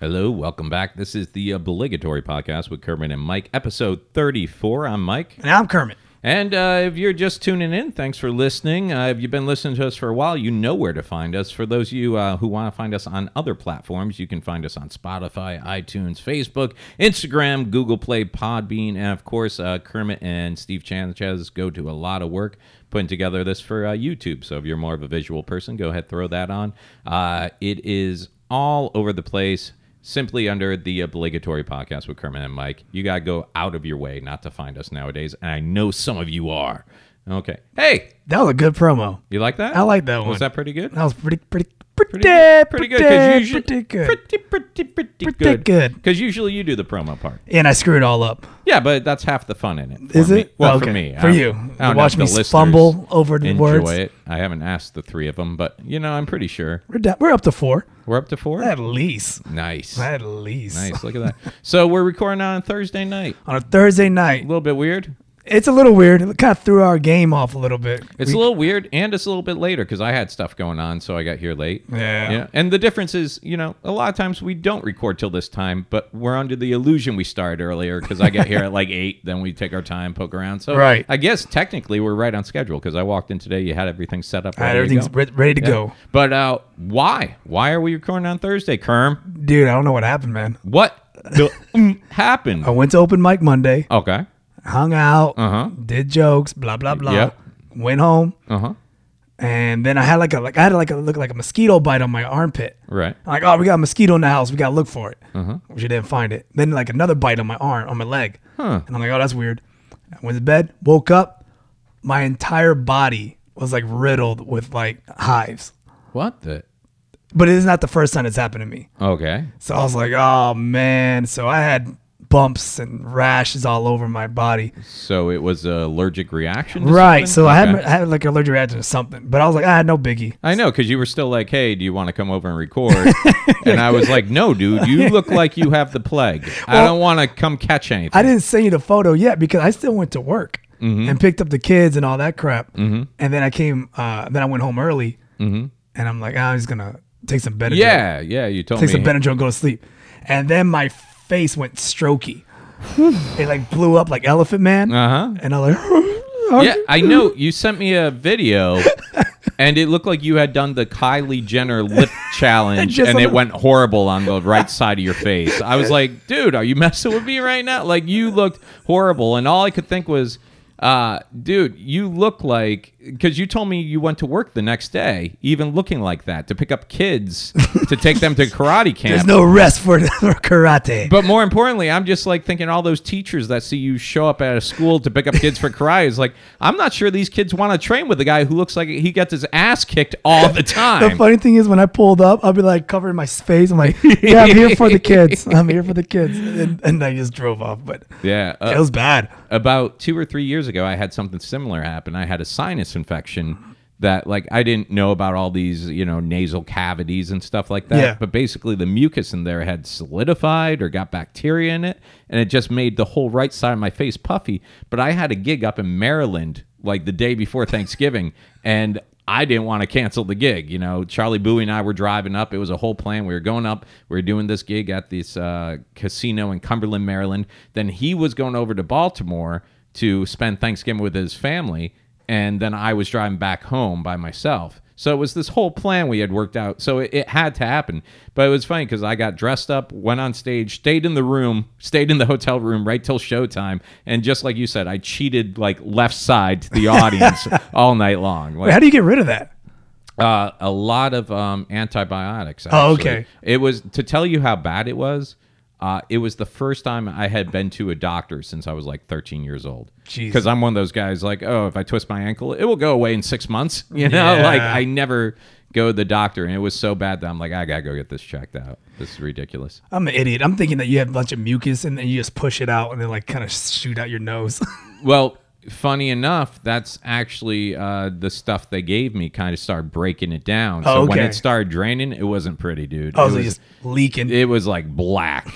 Hello, welcome back. This is the obligatory podcast with Kermit and Mike, episode 34. I'm Mike. And I'm Kermit. And uh, if you're just tuning in, thanks for listening. Uh, if you've been listening to us for a while, you know where to find us. For those of you uh, who want to find us on other platforms, you can find us on Spotify, iTunes, Facebook, Instagram, Google Play, Podbean, and of course, uh, Kermit and Steve Sanchez go to a lot of work putting together this for uh, YouTube. So if you're more of a visual person, go ahead throw that on. Uh, it is all over the place simply under the obligatory podcast with Kermit and Mike. You got to go out of your way not to find us nowadays. And I know some of you are. Okay. Hey, That was a good promo. you like that? I like that one. Was that pretty good? That was pretty, pretty, pretty, Pretty, pretty, pretty good. 'cause usually- pretty good. Pretty, pretty, pretty, Pretty good. good. Because usually you do the promo part. And I screwed it all up. Yeah, but that's half the fun in it. for Is me. it? Well, okay. for me. For I- you. I don't You know watch if the me listeners fumble over the enjoy words. it. I haven't asked the three of them, but you know, I'm pretty sure We're, down, we're up to four. we're up to four. At least. Nice. At least. Nice. Look at that. So we're recording on Thursday night. On a Thursday A night. little bit weird. It's a little weird. It kind of threw our game off a little bit. It's a little weird, and it's a little bit later because I had stuff going on, so I got here late. Yeah. Yeah. And the difference is, you know, a lot of times we don't record till this time, but we're under the illusion we started earlier because I get here at like eight, then we take our time, poke around. So Right. I guess technically we're right on schedule because I walked in today, you had everything set up. All right, ready to everything's go. re- ready to go. But uh, why? Why are we recording on Thursday, Kerm? Dude, I don't know what happened, man. What the mm, happened? I went to open mic Monday, Okay. hung out, Uh huh. did jokes, blah, blah, blah. Yep. Went home. Uh huh. And then I had like a like I had like a look like a mosquito bite on my armpit. Right. I'm like, oh, we got a mosquito in the house. We gotta look for it. Mm-hmm. Which I didn't find it. Then like another bite on my arm, on my leg. Huh. And I'm like, oh, that's weird. I went to bed, woke up, my entire body was like riddled with like hives. What the? But it is not the first time it's happened to me. Okay. So I was like, oh man. So I had bumps and rashes all over my body. So it was an allergic reaction? to Right. something? So I had Okay. I had like an allergic reaction to something. But I was like, I had no biggie. I know, because you were still like, "Hey, do you want to come over and record?" and I was like, "No, dude, you look like you have the plague. I don't want to come catch anything." I didn't send you the photo yet because I still went to work Mm-hmm. and picked up the kids and all that crap. And then I came, uh, then I went home early, and I'm like, ah, I'm just gonna take some Mm-hmm. Benadryl, yeah, yeah, you told take me. some Benadryl, and go to sleep. And then my face went strokey. it like blew up like Elephant Man, uh huh. and I'm like, Yeah, I know. You sent me a video, and it looked like you had done the Kylie Jenner lip challenge, Just and on it the- went horrible on the right side of your face. I was like, "Dude, are you messing with me right now?" Like you looked horrible, and all I could think was. Uh, dude, you look like because you told me you went to work the next day, even looking like that to pick up kids to take them to karate camp. There's no rest for, for karate. But more importantly, I'm just like thinking all those teachers that see you show up at a school to pick up kids for karate is like, I'm not sure these kids want to train with a guy who looks like he gets his ass kicked all the the time. funny thing is, when I pulled up, I'll be like covering my face. I'm like, yeah, I'm here for the kids. I'm here for the kids. And, and I just drove off, but yeah. it Uh, was bad. about two or three years ago, I had something similar happen. I had a sinus infection that, like, I didn't know about all these, you know, nasal cavities and stuff like that. Yeah. But basically, the mucus in there had solidified or got bacteria in it, and it just made the whole right side of my face puffy. But I had a gig up in Maryland like the day before Thanksgiving, and I didn't want to cancel the gig. You know, Charlie Bowie and I were driving up. It was a whole plan. We were going up. We were doing this gig at this uh, casino in Cumberland, Maryland. Then he was going over to Baltimore to spend Thanksgiving with his family and then I was driving back home by myself. So it was this whole plan we had worked out. So it, it had to happen. But it was funny because I got dressed up, went on stage, stayed in the room, stayed in the hotel room right till showtime. And just like you said, I cheated like left side to the audience all night long. Like, Wait, how do you get rid of that? uh, a lot of um, antibiotics. Actually. Oh, okay. It was to tell you how bad it was. Uh, it was the first time I had been to a doctor since I was like 13 years old. Jeez. Because I'm one of those guys like, oh, if I twist my ankle, it will go away in six months. You know, Yeah. like I never go to the doctor, and it was so bad that I'm like, I gotta go get this checked out. This is ridiculous. I'm an idiot. I'm thinking that you have a bunch of mucus and then you just push it out and then like kind of shoot out your nose. Well, funny enough, that's actually uh, the stuff they gave me. Kind of started breaking it down. So when Okay. Oh, it started draining, it wasn't pretty, dude. I It was was- just leaking. it was like black.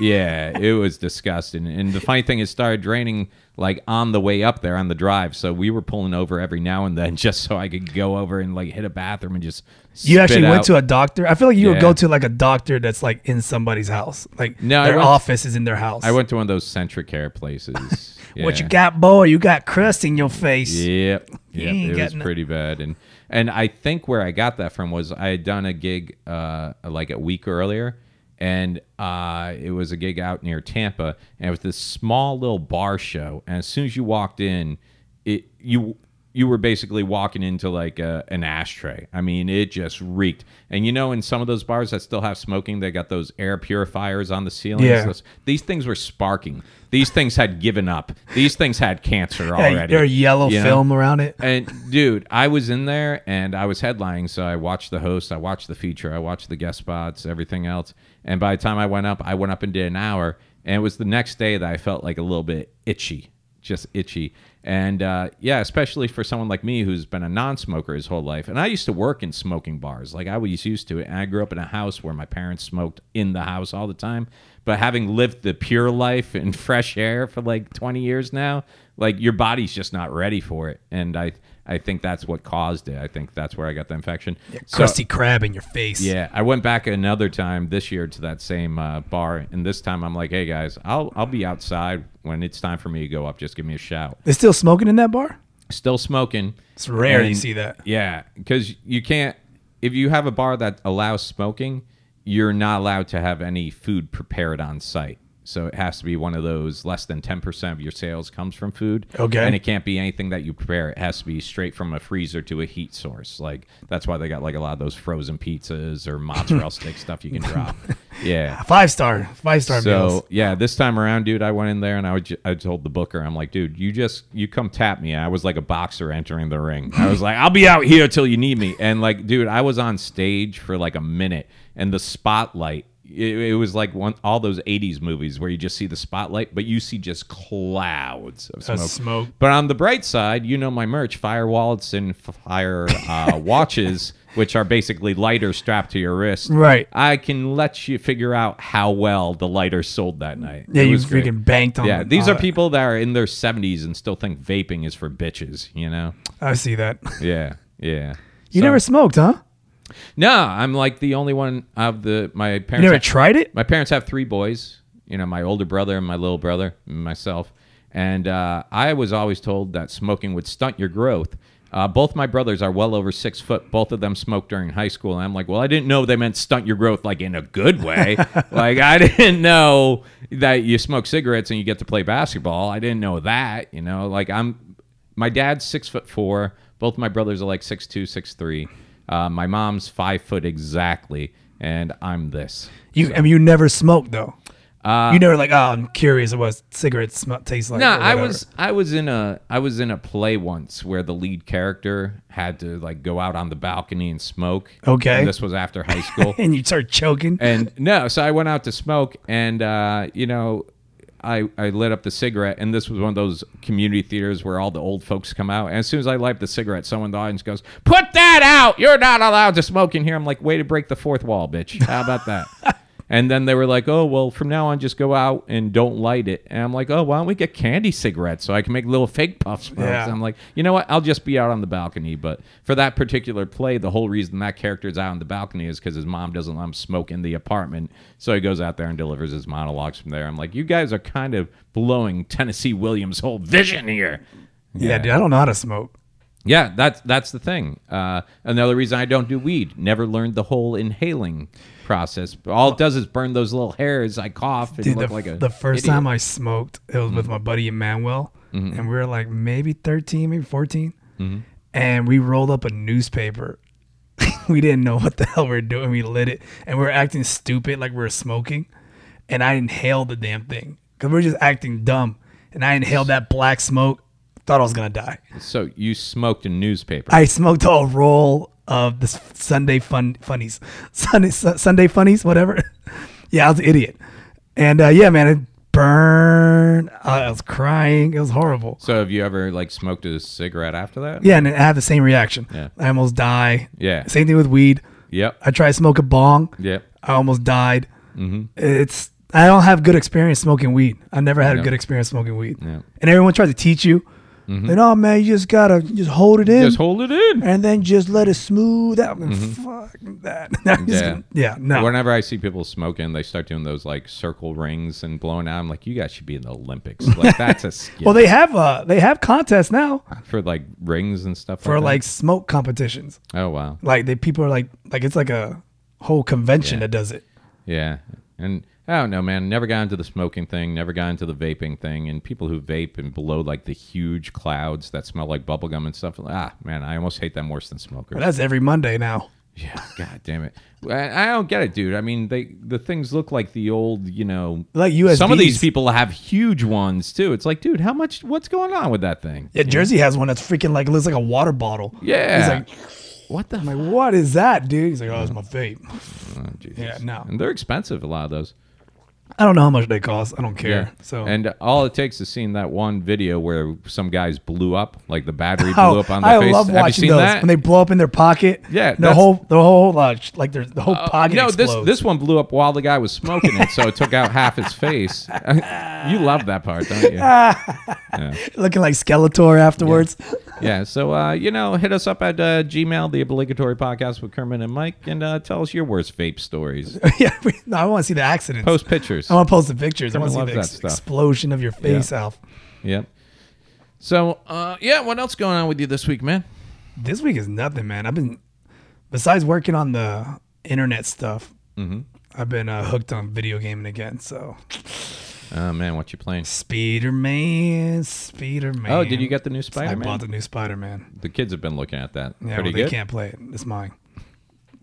Yeah, it was disgusting. And the funny thing is, it started draining like on the way up there on the drive. So we were pulling over every now and then just so I could go over and like hit a bathroom and just. You actually went to a. a doctor. I feel like you would go Yeah. to like a doctor that's like in somebody's house. Like No, I their went- office is in their house. I went to one of those Centricare places. What Yeah. you got, boy? You got crust in your face. Yep. Yep. ain't It got was no- pretty bad. And and I think where I got that from was I had done a gig uh like a week earlier and uh it was a gig out near Tampa and it was this small little bar show and as soon as you walked in it you you were basically walking into like a, an ashtray. I mean, it just reeked. And you know, in some of those bars that still have smoking, they got those air purifiers on the ceilings. Yeah. Those- These things were sparking. These things had given up. These things had cancer Yeah, already. There's yellow you know? film around it. And dude, I was in there and I was headlining, so I watched the host, I watched the feature, I watched the guest spots, everything else. And by the time I went up, I went up and did an hour, and it was the next day that I felt like a little bit itchy, just itchy. And uh, yeah, especially for someone like me who's been a non-smoker his whole life, and I used to work in smoking bars, like I was used to it. And I grew up in a house where my parents smoked in the house all the time. But having lived the pure life and fresh air for like 20 years now, like your body's just not ready for it and i i think that's what caused it i think that's where i got the infection So- Crusty crab in your face. yeah i went back another time this year to that same uh, bar and this time i'm like hey guys i'll i'll be outside when it's time for me to go up just give me a shout They still smoking in that bar? still smoking It's rare you And- see that. yeah because you can't if you have a bar that allows smoking you're not allowed to have any food prepared on site so it has to be one of those less than 10% of your sales comes from food Okay. and it can't be anything that you prepare it has to be straight from a freezer to a heat source like that's why they got like a lot of those frozen pizzas or mozzarella stick stuff you can drop yeah Five star, five star meals. so yeah, this time around, dude, I went in there and I would ju- I told the booker, I'm like, dude, you just you come tap me. I was like a boxer entering the ring. I was like, I'll be out here till you need me. And like, dude, I was on stage for like a minute, and the spotlight. It, it was like one all those '80s movies where you just see the spotlight, but you see just clouds of Of smoke. smoke. But on the bright side, you know my merch: fire wallets and fire uh, watches, which are basically lighters strapped to your wrist. Right. I can let you figure out how well the lighter sold that night. Yeah, It you was great. freaking Uh, banked on. Yeah, these all are that. people that are in their 70s and still think vaping is for bitches, you know? I see that. Yeah, yeah. You So- never smoked, huh? No, I'm like the only one of the my You parents never tried it? my parents have three boys you know my older brother and my little brother and myself and uh, i was always told that smoking would stunt your growth uh, both my brothers are well over six foot both of them smoked during high school and i'm like well i didn't know they meant stunt your growth like in a good way like i didn't know that you smoke cigarettes and you get to play basketball i didn't know that you know like i'm my dad's six foot four. Both my brothers are like six two, six three. Uh, my mom's five foot exactly, and I'm this. You, I mean, you never smoked though. you never like, oh, I'm curious what cigarettes sm- taste like. Uh, No, or I whatever. was I was in a I was in a play once where the lead character had to like go out on the balcony and smoke. Okay. And this was after high school. And you start choking. and no, so I went out to smoke, and uh, you know, I I lit up the cigarette, and this was one of those community theaters where all the old folks come out. And as soon as I light the cigarette, someone in the audience goes, "Put that out! You're not allowed to smoke in here." I'm like, "Way to break the fourth wall, bitch! How about that?" And then they were like, "Oh well, from now on, just go out and don't light it." And I'm like, "Oh, why don't we get candy cigarettes so I can make little fake puff smokes?" Yeah. I'm like, "You know what? I'll just be out on the balcony." But for that particular play, the whole reason that character's out on the balcony is because his mom doesn't let him smoke in the apartment, so he goes out there and delivers his monologues from there. I'm like, "You guys are kind of blowing Tennessee Williams' whole vision here." yeah. dude, I don't know how to smoke. Yeah, that's that's the thing. Uh, another reason I don't do weed. Never learned the whole inhaling process. All it does is burn those little hairs. I cough and Dude, look the, like a the first idiot. Mm-hmm. time I smoked, it was with my buddy Emmanuel, and we were like maybe 13, maybe 14, Mm-hmm. and we rolled up a newspaper. we didn't know what the hell we were doing. We lit it, and we were acting stupid like we were smoking, and I inhaled the damn thing because we were just acting dumb, and I inhaled that black smoke. Thought I was gonna die. So you smoked a newspaper. I smoked a roll of the s- Sunday fun funnies, Sunday Su- Sunday funnies, whatever. yeah, I was an idiot, and uh, yeah, man, it burned. I I was crying. It was horrible. so have you ever like smoked a cigarette after that? Yeah, and I had the same reaction. Yeah. I almost die. Yeah. Same thing with weed. Yep. I tried to smoke a bong. Yep. I almost died. Mm-hmm. It's I don't have good experience smoking weed. I never had Yeah. a good experience smoking weed. Yeah. And everyone tries to teach you. And oh man, you just gotta just hold it in, Mm-hmm. Just hold it in. and then just let it smooth out. Fuck that. I'm just Mm-hmm. Yeah. gonna- yeah. No. Whenever I see people smoking, they start doing those like circle rings and blowing out. I'm like, you guys should be in the Olympics. Like that's a skill Well, they have uh they have contests now for like rings and stuff. for that. like smoke competitions. oh wow, Like they people are like like it's like a whole convention Yeah. that does it. yeah. And I don't know, man. Never got into the smoking thing. Never got into the vaping thing. And people who vape and blow like the huge clouds that smell like bubblegum and stuff. Ah, man, I almost hate them worse than smokers. But that's every Monday now. Yeah, god damn it. I, I don't get it, dude. I mean, they the things look like the old, you know, Like USBs. Some of these people have huge ones too. It's like, dude, how much? What's going on with that thing? Yeah, Jersey has one that's freaking like looks like a water bottle. Yeah. He's like, What the? I'm like, what is that, dude? He's like, oh, it's my vape. oh, Jesus. Yeah, no. And they're expensive. A lot of those. I don't know how much they cost. I don't care. So And all it takes is seeing that one video where some guys blew up, like the battery Oh, blew up on their I face. love have watching you seen those that? when they blow up in their pocket. Yeah, the that's- whole the whole uh, sh- like their the whole Uh, pocket. no, explodes. this this one blew up while the guy was smoking it, so it took out half his face. you love that part, don't you? looking like Skeletor afterwards. yeah so uh, you know hit us up at uh, gmail the obligatory podcast with kermit and mike and uh, tell us your worst vape stories Yeah, we- no, I want to see the accidents. post pictures I want to post the pictures. I want to Everyone see the loves ex- that stuff. explosion of your face, Alf. yep so uh, yeah what else going on with you this week man This week is nothing, man. I've been besides working on the internet stuff. Mm-hmm. I've been uh, hooked on video gaming again. So Uh, oh man what you playing Spider Man, Spider Man. oh did you get the new I bought spider-man the new Spider Man. the kids have been looking at that Yeah, pretty well, they good can't play it. It's mine.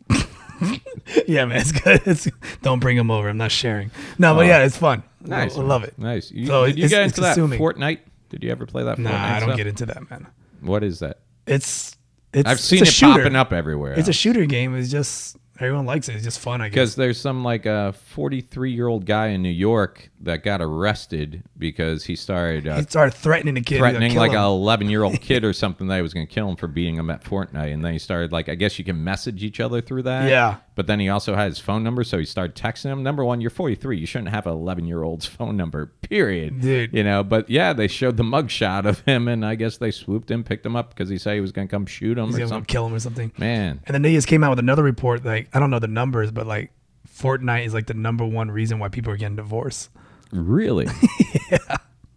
yeah, man, it's good. It's, don't bring them over. I'm not sharing. No, but yeah, it's fun. Oh. nice I man. love it. nice you, So did you it's- get it's into that consuming. fortnite did you ever play that Nah, fortnite I don't stuff? get into that, man. what is that It's it's i've seen it's a it shooter. popping up everywhere It's a shooter game. It's just everyone likes it. It's just fun, I guess. Because there's some like a 43 year old guy in New York that got arrested because he started uh, He started threatening the kid. threatening like him. a 11 year old kid or something that he was going to kill him for beating him at Fortnite. And then he started like, I guess you can message each other through that. Yeah. But then he also had his phone number, so he started texting him. Number one, you're 43. You shouldn't have an 11 year old's phone number. Period. Dude. You know. But yeah, they showed the mugshot of him, and I guess they swooped him, picked him up because he said he was going to come shoot him He's or gonna something. kill him or something. Man. And then they just came out with another report. Like I don't know the numbers, but like Fortnite is like the number one reason why people are getting divorced. Really?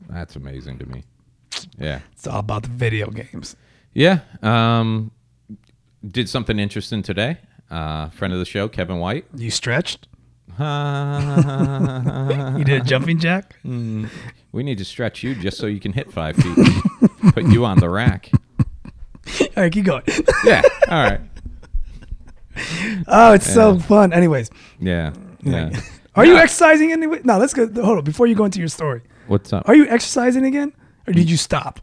That's amazing to me. Yeah. It's all about the video games. Yeah. Um, did something interesting today. Uh, friend of the show, Kevin White. You stretched. Uh, You did a jumping jack. Mm. we need to stretch you just so you can hit five feet. Put you on the rack. All right, keep going. Yeah. All right. Oh, it's so fun. Anyways, Yeah. Yeah. are you exercising anyway? No, let's go. Hold on. Before you go into your story, What's up? are you exercising again, or Mm. did you stop?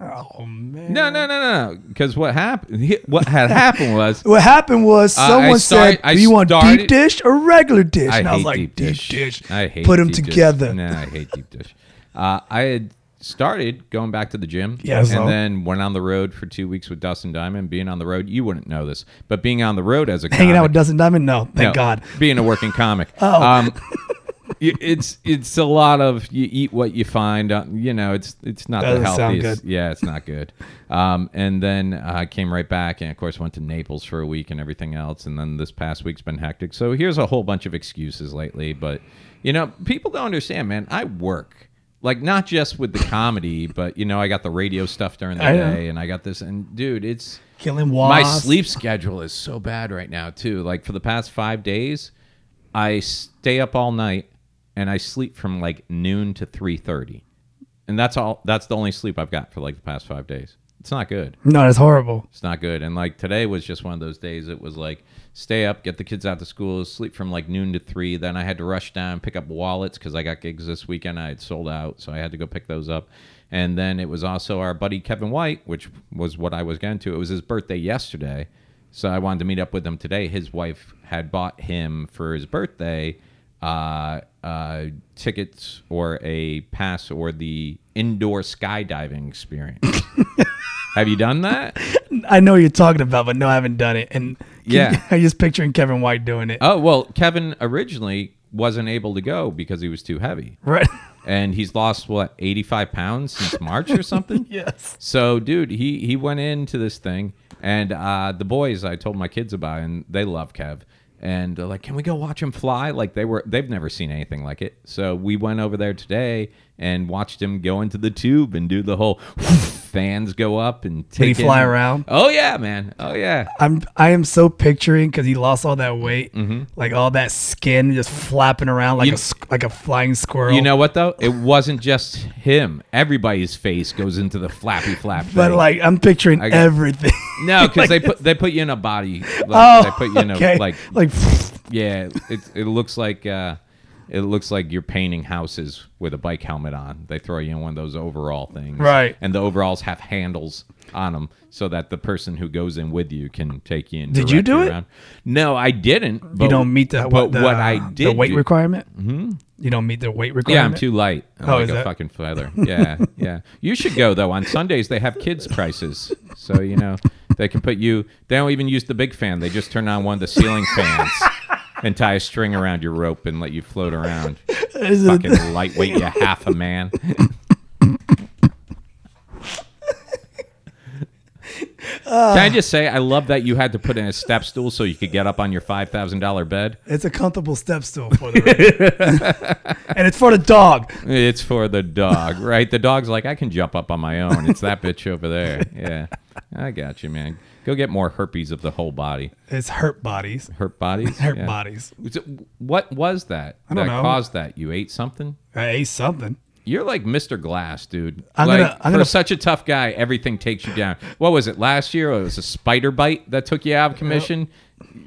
Oh man. No, no, no, no. Because what happened? What had happened was What happened was I someone start- said, "Do I you want started- deep dish or regular dish?" I and hate I was like, deep dish. I hate Put them deep dish. together. Nah, I hate deep dish. Uh, I had started going back to the gym, Yeah, and so- then went on the road for two weeks with Dustin Diamond. Being on the road, you wouldn't know this, but being on the road as a Hanging comic, out with Dustin Diamond? No, thank no, God. being a working comic. oh. Um, y- it's it's a lot of you eat what you find. uh, You know, it's it's not the Doesn't sound healthiest. good. Yeah, it's not good. Um, and then I came right back, and of course went to Naples for a week and everything else. And then this past week's been hectic. So here's a whole bunch of excuses lately. But you know, people don't understand, man. I work like not just with the comedy, but you know, I got the radio stuff during the I know. day, and I got this. And dude, it's Killing wasps. my sleep schedule is so bad right now too. Like for the past five days, I stay up all night and I sleep from like noon to three thirty, and that's all. That's the only sleep I've got for like the past five days. It's not good. No, that's horrible. It's not good. And like today was just one of those days. It was like stay up, get the kids out to school, sleep from like noon to three. Then I had to rush down, pick up wallets because I got gigs this weekend. I had sold out, so I had to go pick those up. And then it was also our buddy Kevin White, which was what I was going to. It was his birthday yesterday, so I wanted to meet up with him today. His wife had bought him for his birthday uh, uh, tickets or a pass or the indoor skydiving experience. Have you done that? I know what you're talking about, but no, I haven't done it. And Yeah. Uh. I just picturing Kevin White doing it. Oh well, Kevin originally wasn't able to go because he was too heavy. Right. And he's lost what 85 pounds since March or something. yes. So, dude, he he went into this thing, and uh, the boys I told my kids about, it, and they love Kev, and they're like, "Can we go watch him fly?" Like they were, they've never seen anything like it. So we went over there today and watched him go into the tube and do the whole fans go up and take. he fly in- around? Oh yeah, man. Oh yeah. I'm I am so picturing because he lost all that weight, like all that skin just flapping around like Mm-hmm. You- a squ- like a flying squirrel. You know what though? It wasn't just him. Everybody's face goes into the flappy flap. but thing. like I'm picturing got- everything. no, because they put they put you in a body. Like, oh, they put you in a okay. like like Yeah, it it looks like uh, it looks like you're painting houses with a bike helmet on. They throw you in one of those overall things, Right. And the overalls have handles on them so that the person who goes in with you can take you in. Did you direct do it? Around. No, I didn't. But, uh, you don't meet the, but what, the what I did the weight do- Hmm? requirement. Mm-hmm. You don't meet the weight requirement. Yeah, I'm too light. I'm Oh, like is a that- fucking feather. Yeah, yeah. You should go though. On Sundays they have kids prices, so you know they can put you. They don't even use the big fan. They just turn on one of the ceiling fans and tie a string around your rope and let you float around. Is it- Fucking lightweight, you half a man. Can I just say I love that you had to put in a step stool so you could get up on your five thousand dollar bed? It's a comfortable step stool for the and it's for the dog. It's for the dog, right? The dog's like, I can jump up on my own. It's that bitch over there. Yeah. I got you, man. Go get more herpes of the whole body. It's hurt bodies. Hurt bodies? Hurt Yeah. bodies. Was it- What was that I don't that know. caused that? You ate something? I ate something. You're like Mr. Glass, dude. I'm like, gonna- I'm for gonna- such a tough guy, everything takes you down. What was it last year? It was a spider bite that took you out of commission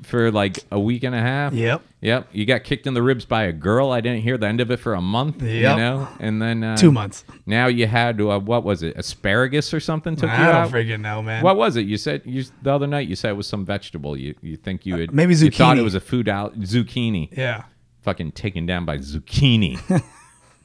for like a week and a half. Yep. Yep. You got kicked in the ribs by a girl. I didn't hear the end of it for a month. You Yep. know, and then uh, Two months. Now you had uh, what was it? Asparagus or something took you I don't out. freaking know, man. What was it? You said you the other night. You said it was some vegetable. You you think you had Uh, maybe You thought it zucchini. was a food out zucchini. Yeah. Fucking taken down by zucchini.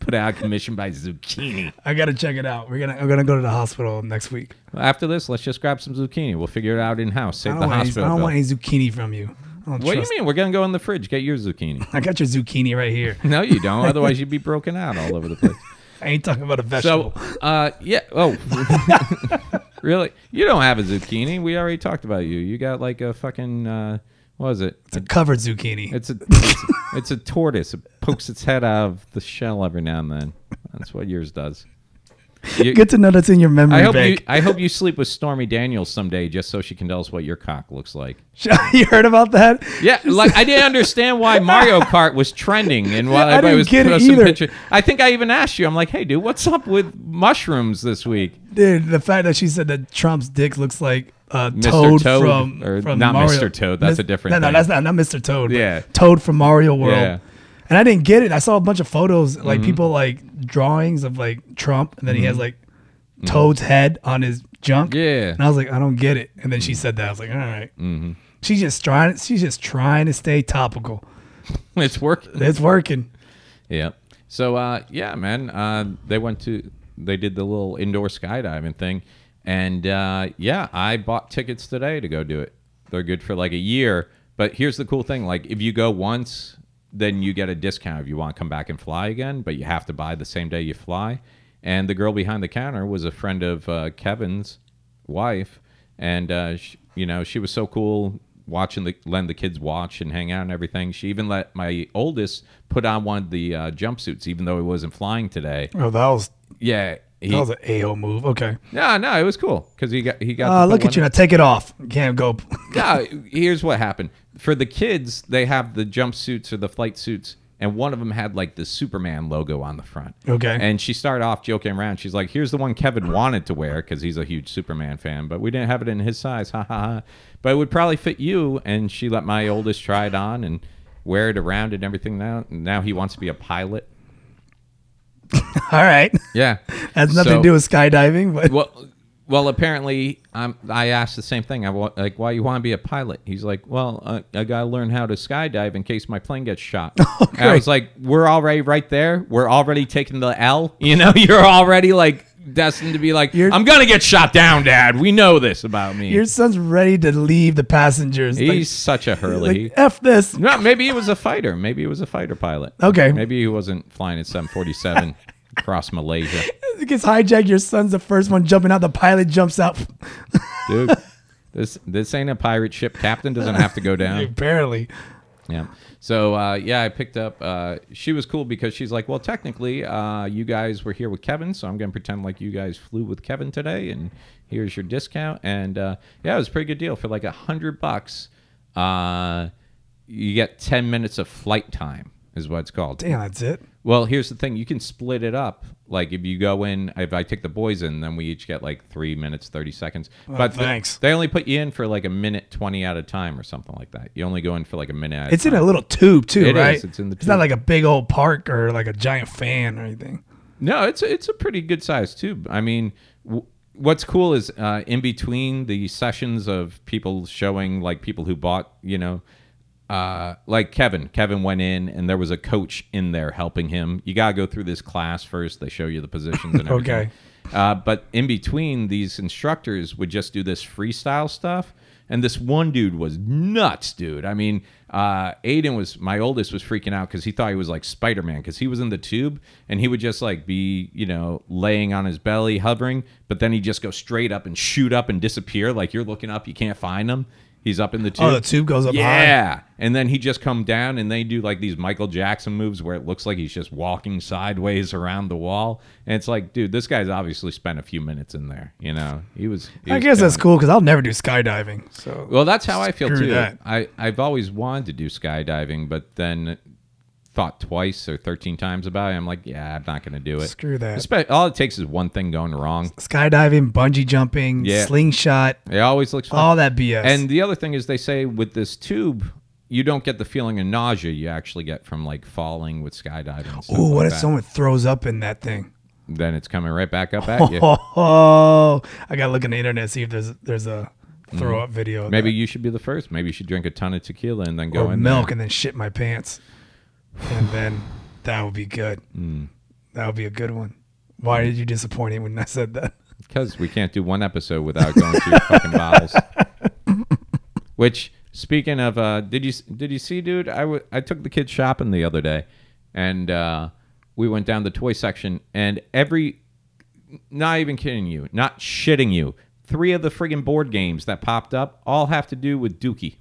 Put out of commission by zucchini. I gotta check it out. We're gonna I'm gonna go to the hospital next week. After this, let's just grab some zucchini. We'll figure it out in house. I Save the don't, want any, I hospital. don't bill. want any zucchini from you. I don't what do you trust- mean? We're gonna go in the fridge. Get your zucchini. I got your zucchini right here. No, you don't. Otherwise, you'd be broken out all over the place. I ain't talking about a So, vegetable. uh, yeah. Oh, really? You don't have a zucchini. We already talked about you. You got like a fucking uh, what is it? it's a covered zucchini. It's a it's, it's a tortoise. It pokes its head out of the shell every now and then. That's what yours does. You- Good to know that's in your memory I hope you, bank. I hope you sleep with Stormy Daniels someday, just so she can tell us what your cock looks like. You, heard about that? Yeah, like I didn't understand why Mario Kart was trending and why Yeah, I everybody didn't was get it posting either. pictures. I think I even asked you. I'm like, hey, dude, what's up with mushrooms this week? Dude, the fact that she said that Trump's dick looks like uh, Mr. Toad, Toad, from, or from not Mario. Mr. Toad, that's Mis- a different No, no, thing. that's not not Mr. Toad. but Yeah. Toad from Mario World. Yeah. Mm-hmm. And I didn't get it. I saw a bunch of photos, like people like drawings of like Trump, and then he has like Toad's head on his junk. Mm-hmm. Yeah. And I was like, I don't get it. And then she said that. I was like, all Mm-hmm. She's just trying. She's just trying to stay topical. It's working. It's working. Yeah. So uh, yeah, man. Uh, they went to they did the little indoor skydiving thing, and uh, yeah, I bought tickets today to go do it. They're good for like a year. But here's the cool thing: like if you go once, then you get a discount if you want to come back and fly again. But you have to buy the same day you fly. And the girl behind the counter was a friend of uh, Kevin's wife, and uh, sh you know she was so cool watching the letting the kids watch and hang out and everything. She even let my oldest put on one of the uh, jumpsuits, even though he wasn't flying today. Oh, that was Yeah, he, that was an a-hole move. Okay. no, no, it was cool because he got he got. Uh, to put look one- at you now. Take it off. You can't go. no, here's what happened. For the kids, they have the jumpsuits or the flight suits, and one of them had like the Superman logo on the front. Okay. And she started off joking around. She's like, "Here's the one Kevin wanted to wear because he's a huge Superman fan, but we didn't have it in his size." Ha ha ha. But it would probably fit you. And she let my oldest try it on and wear it around and everything. Now, now he wants to be a pilot. All right. Yeah, Has nothing So- to do with skydiving, but well, well, apparently, I'm, I asked the same thing. I wa- like, why you want to be a pilot? He's like, well, uh, I gotta learn how to skydive in case my plane gets shot. and I Oh, great. was like, we're already right there. We're already taking the L. You know, you're already like destined to be like, You're- I'm gonna get shot down, Dad. We know this about me. Your son's ready to leave the passengers. He's Like- such a hurley. Like, F this. no, maybe he was a fighter. Maybe he was a fighter pilot. Okay. Maybe he wasn't flying at 747 across Malaysia. It gets hijacked. Your son's the first one jumping out. The pilot jumps out. Dude, this this ain't a pirate ship. Captain doesn't have to go down. Apparently. Yeah. So uh, yeah, I picked up. Uh, she was cool because she's like, well, technically, uh, you guys were here with Kevin, so I'm gonna pretend like you guys flew with Kevin today, and here's your discount. And uh, yeah, it was a pretty good deal for like a hundred bucks. Uh, you get ten minutes of flight time, is what it's called. Damn, that's it. Well, here's the thing: you can split it up. Like if you go in, if I take the boys in, then we each get like three minutes thirty seconds. but th- Oh, thanks. they only put you in for like a minute twenty at a time or something like that. You only go in for like a minute. At It's a in time. a little tube too, It right? is. It's in the It's not tube. like a big old park or like a giant fan or anything. No, it's a, it's a pretty good size tube. I mean, w- what's cool is uh, in between the sessions of people showing like people who bought, you know, uh, like Kevin. Kevin went in and there was a coach in there helping him. You gotta go through this class first. They show you the positions and everything. Okay. Uh, but in between, these instructors would just do this freestyle stuff. And this one dude was nuts, dude. I mean, uh, Aiden was my oldest was freaking out because he thought he was like Spider Man because he was in the tube and he would just like be, you know, laying on his belly, hovering, but then he'd just go straight up and shoot up and disappear. Like you're looking up, you can't find him. He's up in the tube. Oh, the tube goes up high. Yeah. And then he just come down and they do like these Michael Jackson moves where it looks like he's just walking sideways around the wall. And it's like, dude, this guy's obviously spent a few minutes in there. You know, he was. he I was guess that's killing cool because I'll never do skydiving. So it. Well, that's how I feel Screw too. that. I, I've always wanted to do skydiving, but then thought twice or 13 times about it. I'm like, yeah, I'm not going to do it. Screw that. Espe- All it takes is one thing going wrong. skydiving, bungee jumping, Yeah. slingshot, It always looks fun. all that BS. And the other thing is, they say with this tube, you don't get the feeling of nausea you actually get from like falling with skydiving. and stuff Ooh, what like if that. someone throws up in that thing? Then it's coming right back up at you. Oh, I gotta look on the internet see if there's there's a throw up video. of Mm-hmm. Maybe that. you should be the first. Maybe you should drink a ton of tequila and then go or in milk and then shit my pants, and then that would be good. Mm. That would be a good one. Mm-hmm. Why did you disappoint me when I said that? because we can't do one episode without going through your fucking bottles. Which, speaking of, uh, did you did you see, dude? I wa- I took the kids shopping the other day, and uh, we went down the toy section, and every, not even kidding you, not shitting you, three of the friggin' board games that popped up all have to do with Dookie.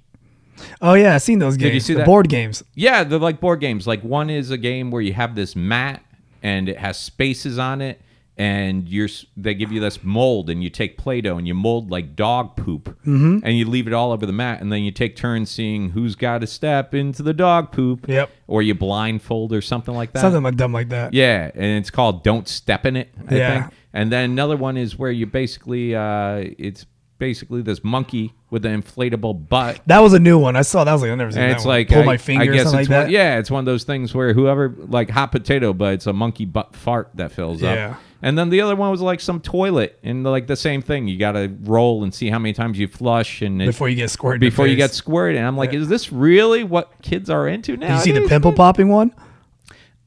Oh yeah, I seen those games. you see the that? board games? Yeah, they're like board games. Like one is a game where you have this mat and it has spaces on it, and you're s- they give you this mold, and you take Play-Doh and you mold like dog poop, Mm-hmm. and you leave it all over the mat, and then you take turns seeing who's got to step into the dog poop. Yep. Or you blindfold or something like that. Something like dumb like that. Yeah, and it's called "Don't Step in It." I Yeah. think. And then another one is where you basically uh, it's basically this monkey with an inflatable butt That was a new one. I saw that. I was like, I never seen and that. it's one. like pull I, my finger I or guess something it's like that. One, yeah, it's one of those things where whoever like hot potato, but it's a monkey butt fart that fills Yeah. up. And then the other one was like some toilet and like the same thing. You got to roll and see how many times you flush and it- Before you get squirted. in the before you face. get squirted. And I'm like, is this really what kids are into now? you see the pimple popping one?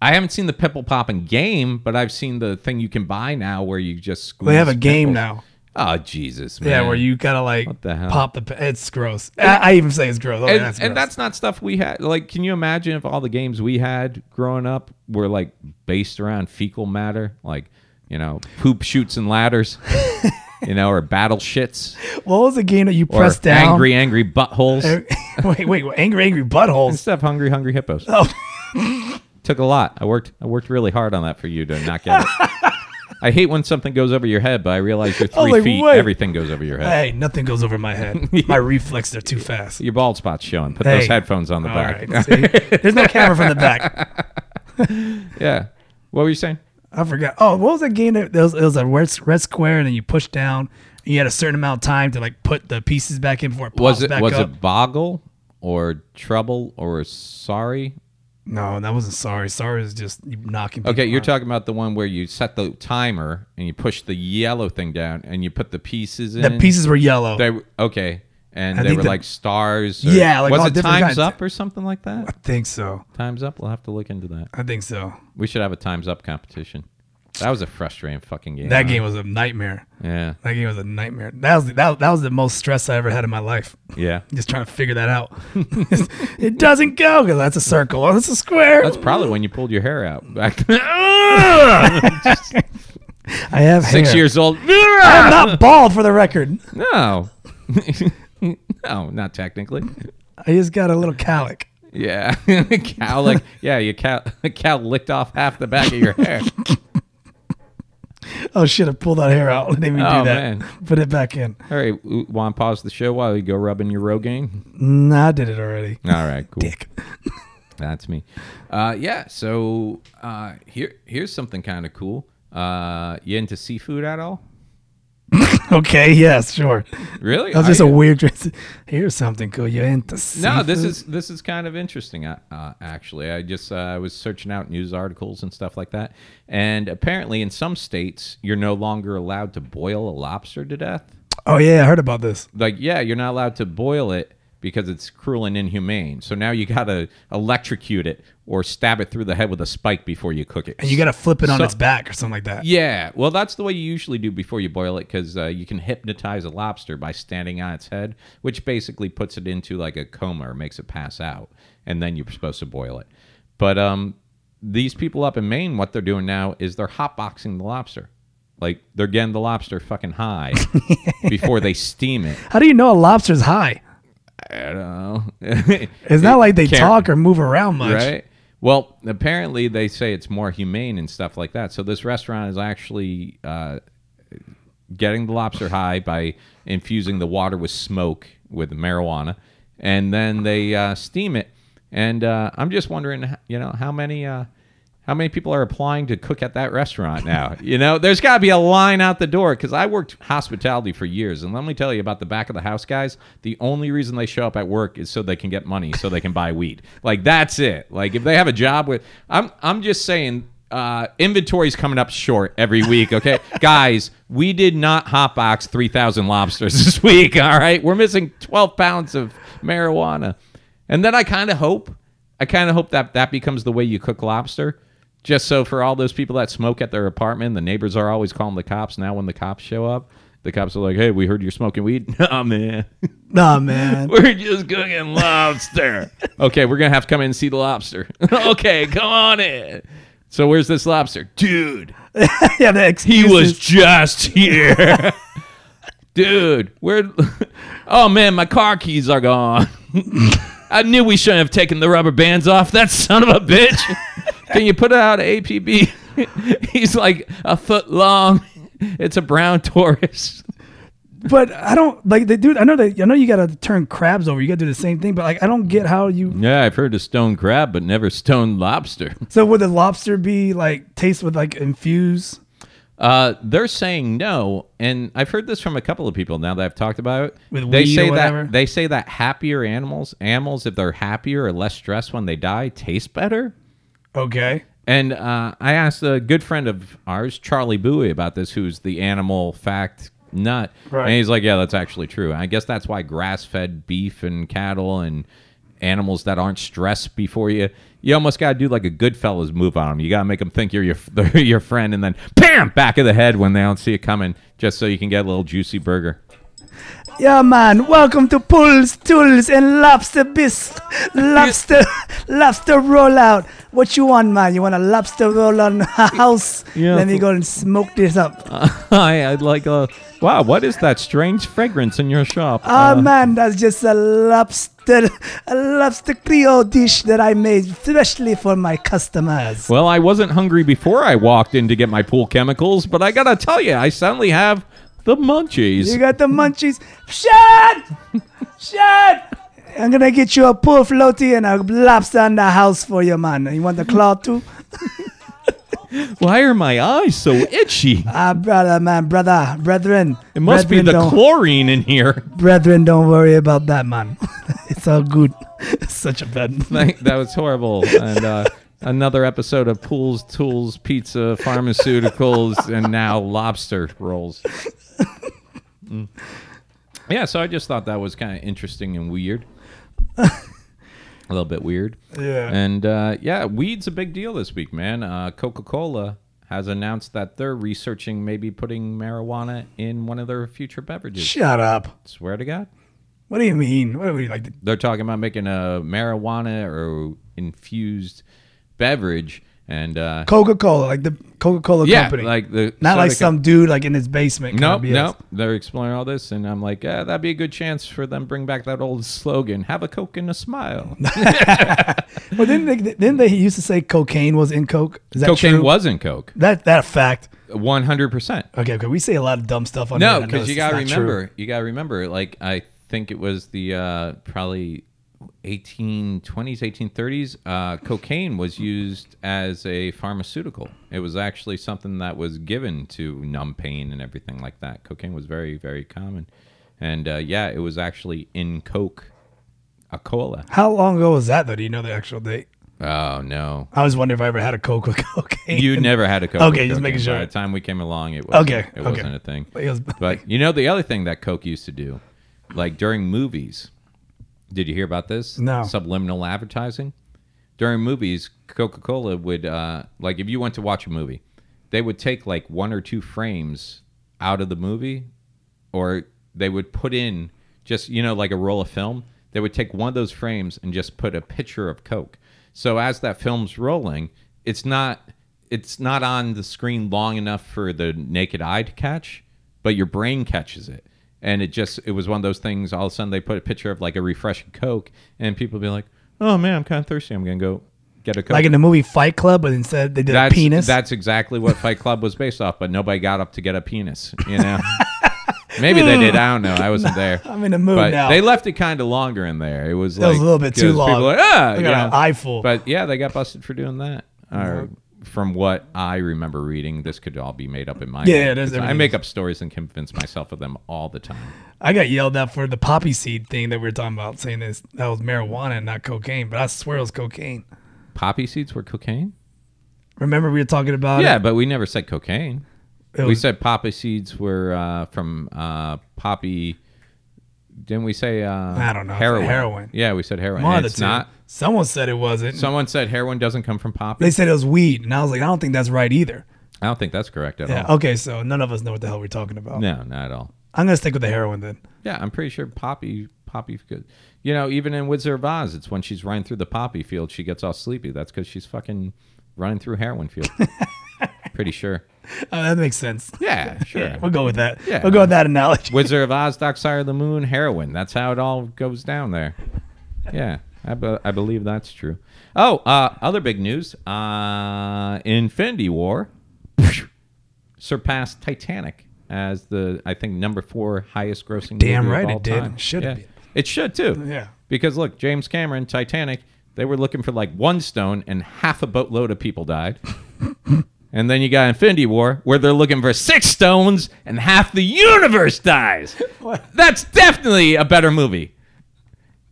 I haven't seen the pimple popping game, but I've seen the thing you can buy now where you just squeeze They have a game pimples. now. Oh Jesus, man. Yeah, where you gotta like the hell? pop the. p- It's gross. I, I even say it's gross. Oh, and, yeah, that's gross. and that's not stuff we had. Like, can you imagine if all the games we had growing up were like based around fecal matter, like you know, poop shoots and ladders, you know, or battle shits, what was the game that you or pressed down? angry angry buttholes, wait, wait, wait, angry, angry buttholes. stuff. Hungry hungry hippos. Oh. Took a lot. I worked. I worked really hard on that for you to not get it. I hate when something goes over your head, but I realize you're I was three like, feet. wait. Everything goes over your head. Hey, nothing goes over my head. My reflexes are too fast. Your bald spot's showing. Put Hey. those headphones on the All back. right. see? There's no camera from the back. Yeah. What were you saying? I forgot. Oh, what was that game? That, that was, it was a red, red square, and then you push down, and you had a certain amount of time to like put the pieces back in before it pops was it back was up. it boggle or trouble or sorry No, that wasn't sorry. Sorry is just you knocking. People okay you're out. talking about the one where you set the timer and you push the yellow thing down and you put the pieces in the pieces were yellow. they were- okay and I they think were the- like stars or- Yeah, like all was it different times kinds. up or something like I that think so. times up we'll have to look into that I think so. we should have a times up competition That was a frustrating fucking game. That game was a nightmare. Yeah. That game was a nightmare. That was that, that was the most stress I ever had in my life. Yeah. Just trying to figure that out. it doesn't go because that's a circle. Oh, that's a square. That's probably when you pulled your hair out back I have six hair. years old. I'm not bald for the record. No. no, not technically. I just got a little calic. Yeah. cow like yeah, you cow cow licked off half the back of your hair. Oh shit! I pulled that hair out. Let me Oh, do that. man. Put it back in. All right, want to pause the show while you go rubbing your Rogaine? Nah, I did it already. All right, cool. Dick. That's me. Uh, yeah. So uh, here, here's something kind of cool. Uh, you into seafood at all? Okay. Yes. Sure. Really? That was Are just Oh, a you? weird. trans- Here's something cool. You into No, this seafood? is this is kind of interesting. Uh, uh, actually, I just uh, I was searching out news articles and stuff like that, and apparently in some states you're no longer allowed to boil a lobster to death. Oh yeah, I heard about this. Like, yeah, you're not allowed to boil it because it's cruel and inhumane. So now you gotta electrocute it or stab it through the head with a spike before you cook it. And you got to flip it on So- its back or something like that. Yeah, well, that's the way you usually do before you boil it because uh, you can hypnotize a lobster by standing on its head, which basically puts it into like a coma or makes it pass out, and then you're supposed to boil it. But um, these people up in Maine, what they're doing now is they're hotboxing the lobster. Like they're getting the lobster fucking high before they steam it. How do you know a lobster's high? I don't know. It's not like they Can't- talk or move around much. Right. Well, apparently they say it's more humane and stuff like that. So this restaurant is actually uh, getting the lobster high by infusing the water with smoke with marijuana, and then they uh, steam it. And uh, I'm just wondering, you know, how many uh, how many people are applying to cook at that restaurant now? you know, there's got to be a line out the door because I worked hospitality for years, and let me tell you about the back of the house guys. The only reason they show up at work is so they can get money, so they can buy weed. Like that's it. Like if they have a job with, I'm I'm just saying uh, inventory's coming up short every week. Okay, guys, we did not hotbox three thousand lobsters this week. All right, we're missing twelve pounds of marijuana, and then I kind of hope, I kind of hope that that becomes the way you cook lobster. Just so for all those people that smoke at their apartment, the neighbors are always calling the cops. Now when the cops show up, the cops are like, "Hey, we heard you're smoking weed." Nah, man. Nah, man. We're just cooking lobster. okay, we're gonna have to come in and see the lobster. okay, come on in. So where's this lobster, dude? yeah, the He excuses. was just here, dude. Where? Oh man, my car keys are gone. I knew we shouldn't have taken the rubber bands off. That son of a bitch. Can you put out an APB? He's like a foot long. It's a brown Taurus. But I don't like they do. I know that I know you got to turn crabs over. You got to do the same thing. But like I don't get how you. Yeah, I've heard of stone crab, but never stone lobster. So would the lobster be like taste with like infuse? Uh, they're saying no, and I've heard this from a couple of people now that I've talked about it. With they weed or say whatever? that they say that happier animals, animals if they're happier or less stressed when they die, taste better. Okay. And uh, I asked a good friend of ours, Charlie Bowie, about this, who's the animal fact nut, Right. and he's like, "Yeah, that's actually true." I guess that's why grass-fed beef and cattle and animals that aren't stressed before you, you almost got to do like a Goodfellas move on them. You got to make them think you're your they're your friend, and then bam, back of the head when they don't see it coming, just so you can get a little juicy burger. Yeah, man. Welcome to Pulls, Tools, and Lobster Bis. Lobster, lobster rollout. What you want, man? You want a lobster roll on house? Yeah. Uh-uh. Let me go and smoke this up. Hi, I'd like a wow. What is that strange fragrance in your shop? Ah man, that's just a lobster, a lobster Creole dish that I made especially for my customers. Well, I wasn't hungry before I walked in to get my pool chemicals, but I gotta tell you, I suddenly have the munchies. You got the munchies. Shad! Shad! I'm gonna get you a pool floaty and a lobster on the house for you, man. You want the claw too? Why are my eyes so itchy? Ah, brother, man, brother, brethren. It must be brethren, the don't, chlorine in here. Brethren, don't worry about that, man. it's all good. Such a bad. Thank- that was horrible. And uh, another episode of Pools, Tools, Pizza, Pharmaceuticals, and now lobster rolls. Mm. Yeah, so I just thought that was kind of interesting and weird. a little bit weird. Yeah. And uh, yeah, weed's a big deal this week, man. Uh, Coca Cola has announced that they're researching maybe putting marijuana in one of their future beverages. Shut up. Swear to God. What do you mean? What are we like? The, They're talking about making a marijuana or infused beverage and uh Coca Cola, like the Coca Cola yeah, company. like the Not so like they can- some dude like in his basement. Nope, kinda BS. nope. They're exploring all this, and I'm like, yeah, that'd be a good chance for them bring back that old slogan: "Have a coke and a smile." But then they, then they used to say cocaine was in coke. Is that Cocaine true? was in coke, that that a fact. one hundred percent. Okay, okay. We say a lot of dumb stuff on No, here, and I because know you it's- it's gotta not true. remember, you gotta remember. Like I think it was the uh, probably 1820s, 1830s. Uh, cocaine was used as a pharmaceutical. It was actually something that was given to numb pain and everything like that. Cocaine was very, very common, and uh, yeah, it was actually in coke, a cola. How long ago was that though? Do you know the actual date? Oh no. I was wondering if I ever had a coke with cocaine. You never had a Coke. Okay, with just making cocaine. sure. By the time we came along, it wasn't, Okay, it okay. wasn't a thing. It was- But you know the other thing that Coke used to do, like during movies. Did you hear about this? No. Subliminal advertising. During movies, Coca Cola would uh, like if you went to watch a movie, they would take like one or two frames out of the movie, or they would put in just you know like a roll of film. They would take one of those frames and just put a picture of Coke. So as that film's rolling, it's not it's not on the screen long enough for the naked eye to catch, but your brain catches it and it just it was one of those things all of a sudden they put a picture of like a refreshing coke and people be like oh man i'm kind of thirsty i'm gonna go get a coke like in the movie Fight Club, but instead they did that's, a penis. that's exactly what fight club was based off but nobody got up to get a penis you know maybe they did i don't know i wasn't there I'm in the mood but now. they left it kind of longer in there it was That like was a little bit too 'cause people long. were like, ah, I you got an know. eyeful. but yeah they got busted for doing that or from what I remember reading, this could all be made up in my Yeah, head, it is, 'cause I everything make up stories and convince myself of them all the time. I got yelled at for the poppy seed thing that we were talking about, saying this that was marijuana and not cocaine. But I swear it was cocaine. Poppy seeds were cocaine? Remember we were talking about Yeah, it? but we never said cocaine. It we was- said poppy seeds were uh, from uh, poppy. Didn't we say? Uh, I don't know. I said Heroin. heroin. Yeah, we said heroin. One of And the It's two. not. Someone said it wasn't. Someone said heroin doesn't come from poppy. they said it was weed, and I was like, I don't think that's right either. I don't think that's correct at Yeah. all. Okay, so none of us know what the hell we're talking about. No, not at all. I'm gonna stick with the heroin then. Yeah, I'm pretty sure poppy. Poppy could. You know, even in Wizard of Oz, it's when she's running through the poppy field, she gets all sleepy. That's because she's fucking running through heroin field. pretty sure. Uh, that makes sense. Yeah, sure. We'll go with that. Yeah. We'll go with that analogy. Wizard of Oz, Dark Side of the Moon, heroin. That's how it all goes down there. Yeah, I, be- I believe that's true. Oh, uh, other big news: uh, Infinity War surpassed Titanic as the I think number four highest grossing. Damn movie of right all it did. time. Should have Yeah. been. It should too. Yeah. Because look, James Cameron, Titanic. They were looking for like one stone, and half a boatload of people died. And then you got Infinity War, where they're looking for six stones and half the universe dies. That's definitely a better movie.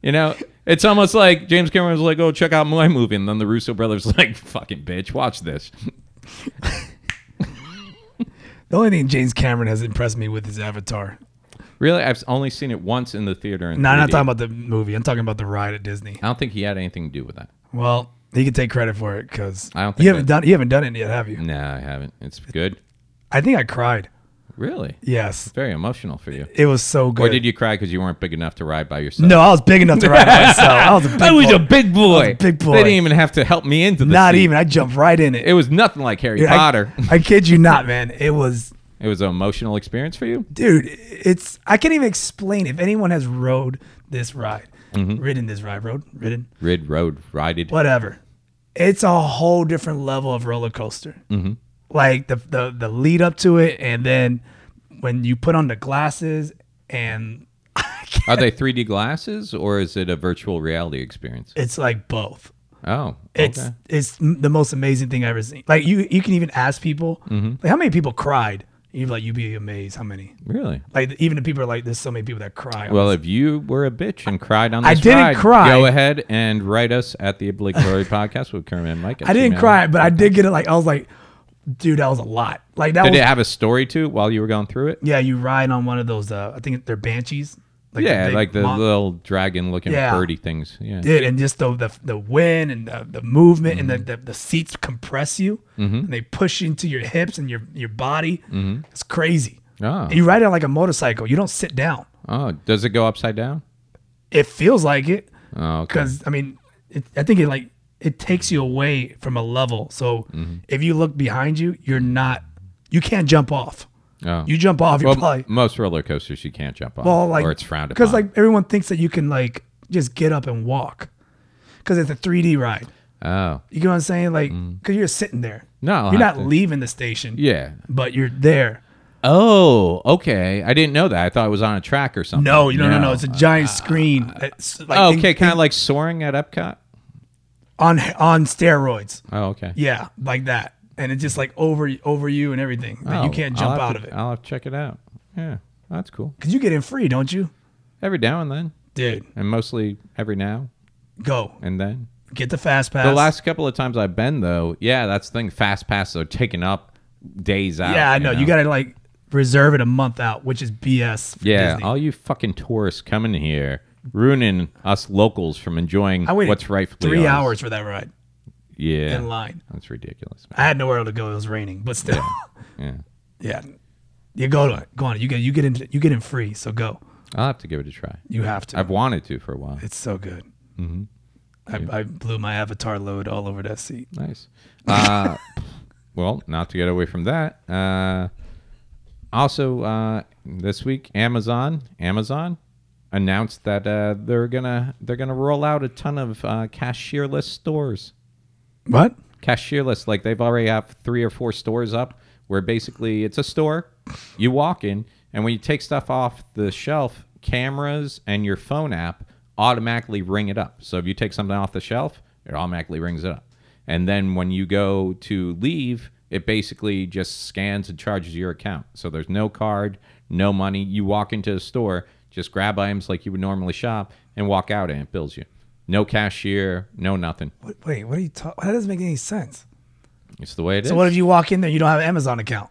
You know, it's almost like James Cameron was like, oh, check out my movie. And then the Russo brothers were like, fucking bitch, watch this. The only thing James Cameron has impressed me with is Avatar. Really? I've only seen it once in the theater. In No, I'm not 3D. talking about the movie. I'm talking about the ride at Disney. I don't think he had anything to do with that. Well, he can take credit for it because I don't think you haven't done you haven't done it yet, have you? No, I haven't. It's good. I think I cried. Really? Yes, Very emotional for you. it was so good. Or did you cry because you weren't big enough to ride by yourself? No, I was big enough to ride by myself. I was a big I was boy. a big boy. big boy. They didn't even have to help me into the not seat. even. I jumped right in it. It was nothing like Harry Dude, I- Potter. I, kid you not, man. It was, It was an emotional experience for you. dude. It's I can't even explain. If anyone has rode this ride, Mm-hmm. ridden this ride, rode, ridden, Rid road rided. whatever. It's a whole different level of roller coaster. Mm-hmm. Like the, the the lead up to it, and then when you put on the glasses, and Are they 3D glasses or is it a virtual reality experience? it's like both. Oh, It's okay. it's m- the most amazing thing I've ever seen. Like you you can even ask people Mm-hmm. like how many people cried. You like you'd be amazed how many. really. Like even the people are like there's so many people that cry. Well, if you were a bitch and cried on this I didn't ride, cry. Go ahead and write us at the obligatory podcast with Kermit and Mike. at I didn't gmail. cry, but I did get it. Like I was like, dude, that was a lot. Like that Did was it have a story to it while you were going through it? yeah. You ride on one of those. Uh, I think they're banshees. Like yeah, big like the mon- little dragon looking Yeah. birdie things. Yeah. did and just the the, the wind and the, the movement Mm-hmm. and the, the, the seats compress you and they push into your hips and your your body Mm-hmm. it's crazy Oh. and you ride it like a motorcycle you don't sit down Oh, does it go upside down? it feels like it Oh, okay. because i mean it, i think it like it takes you away from a level so Mm-hmm. if you look behind you you're not you can't jump off Oh. you jump off you're well, probably most roller coasters you can't jump off, well like or it's frowned upon. because like everyone thinks that you can like just get up and walk because it's a 3d ride oh, You get what I'm saying? Like, because you're sitting there. Mm. No, I'll you're have not to- leaving the station. yeah. But you're there. Oh, okay. I didn't know that. I thought it was on a track or something. No, you no, no, no. It's a giant screen. It's like Oh, in- okay, kind of like soaring at Epcot. on on steroids. Oh, okay. Yeah, like that. And it's just like over over you and everything. Like, Oh, you can't I'll jump have out to- of it I'll have to check it out. Yeah, that's cool. because you get in free, don't you, Every now and then, dude? and mostly every now Go and then. get the fast pass. The last couple of times I've been though, yeah, that's the thing. Fast passes are taking up days out. yeah, I know. You got to like reserve it a month out, which is BS. For Yeah, Disney. all you fucking tourists coming here ruining us locals from enjoying I waited what's rightfully three ours. hours for that ride Yeah, in line. that's ridiculous. Man. I had nowhere to go. It was raining, but still. Yeah, Yeah. You go to it. Go on. it. You get you get in you get in free, so go. I'll have to give it a try. You have to. I've wanted to for a while. it's so good. Mm-hmm. I, I blew my avatar load all over that seat. Nice. Uh, well, not to get away from that. Uh, also, uh, this week, Amazon, Amazon announced that uh, they're gonna they're gonna roll out a ton of uh, cashierless stores. What? Cashierless, like they've already have three or four stores up, where basically it's a store. You walk in, and when you take stuff off the shelf, cameras and your phone app automatically ring it up. So if you take something off the shelf, it automatically rings it up. And then when you go to leave, it basically just scans and charges your account. So there's no card, no money. You walk into a store, just grab items like you would normally shop, and walk out, and it bills you. No cashier, no nothing. What- Wait, what are you talking? That doesn't make any sense. It's the way it is. So what if you walk in there, you don't have an Amazon account,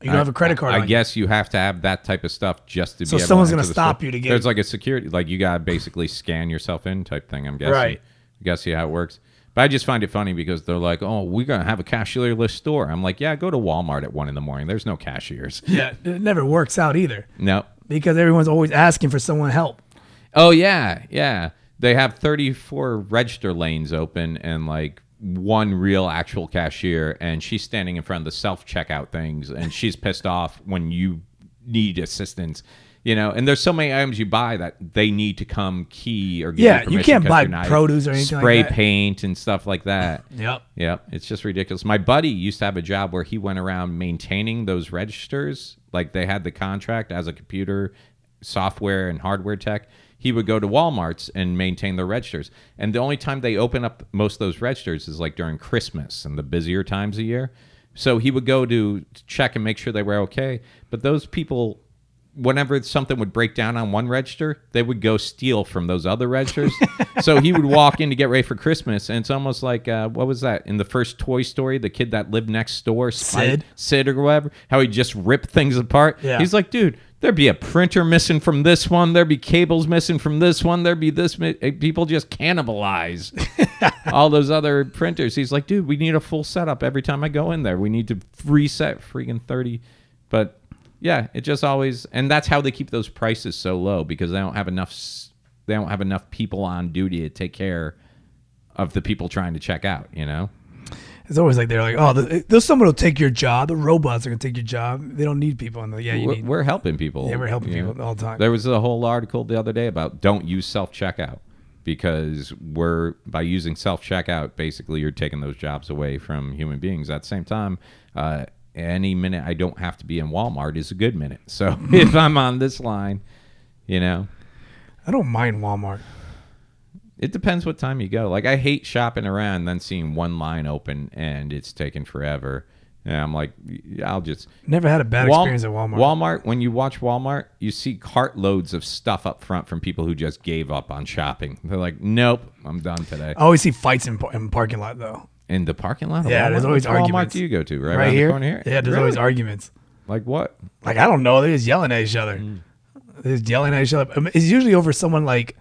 you don't have a credit card. I, on you? guess you have to have that type of stuff just to So be. able someone's to gonna enter the stop store. you to get- There's like a security, like you gotta basically scan yourself in type thing. I'm guessing. Right. You gotta see how it works. But I just find it funny because they're like, "Oh, we're gonna have a cashierless store." I'm like, "Yeah, go to Walmart at one in the morning. There's no cashiers." Yeah, it never works out either no. because everyone's always asking for someone help. Oh yeah, yeah. They have 34 register lanes open and like one real actual cashier, and she's standing in front of the self checkout things, and she's pissed off when you need assistance. You know, and there's so many items you buy that they need to come key or give Yeah, you permission can't 'cause buy you're not- produce or anything like spray that. paint and stuff like that. Yep. Yeah, it's just ridiculous. My buddy used to have a job where he went around maintaining those registers. Like they had the contract as a computer software and hardware tech. He would go to Walmart's and maintain their registers. And the only time they open up most of those registers is like during Christmas and the busier times of year. So he would go to check and make sure they were okay. But those people whenever something would break down on one register, they would go steal from those other registers. so he would walk in to get ready for Christmas, and it's almost like uh, what was that in the first Toy Story? The kid that lived next door, Spike- Sid? Sid or whatever, how he just ripped things apart. Yeah. He's like, dude. There'd be a printer missing from this one. There'd be cables missing from this one. There'd be this. Mi- eh, people just cannibalize all those other printers. He's like, dude, we need a full setup every time I go in there. We need to reset freaking 30. But yeah, it just always and that's how they keep those prices so low because they don't have enough s- they don't have enough people on duty to take care of the people trying to check out, you know? It's always like they're like, oh, th- there's someone who'll take your job. The robots are gonna take your job. They don't need people. And they're like, yeah, you We're, need. we're helping people. Yeah, we're helping you know? people all the time. There was a whole article the other day about don't use self checkout because we're by using self checkout, basically you're taking those jobs away from human beings. At the same time, uh, any minute I don't have to be in Walmart is a good minute. So if I'm on this line, you know, I don't mind Walmart. it depends what time you go. Like I hate shopping around and then seeing one line open and it's taking forever. And I'm like, I'll just Never had a bad Wal- experience at Walmart. Walmart, when you watch Walmart, you see cartloads of stuff up front from people who just gave up on shopping. They're like, "Nope, I'm done today." I always see fights in, par- in parking lot though. In the parking lot. Of Yeah, Walmart? there's always Which Walmart arguments. do you go to right, right around here? The corner here? Yeah, there's always Really? arguments. like what? Mm. Like I don't know, they're just yelling at each other. They're just yelling at each other. I mean, It's usually over someone like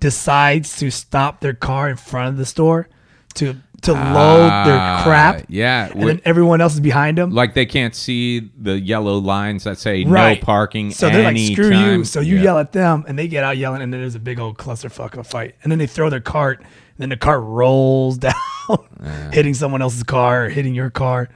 decides to stop their car in front of the store to to load their Ah, crap. yeah, and we're- then everyone else is behind them. Like they can't see the yellow lines that say Right. no parking. So they're like, screw you. anytime." So you Yeah. yell at them, and they get out yelling, and then there's a big old clusterfuck of a fight. And then they throw their cart, and then the cart rolls down, hitting someone else's car or hitting your car.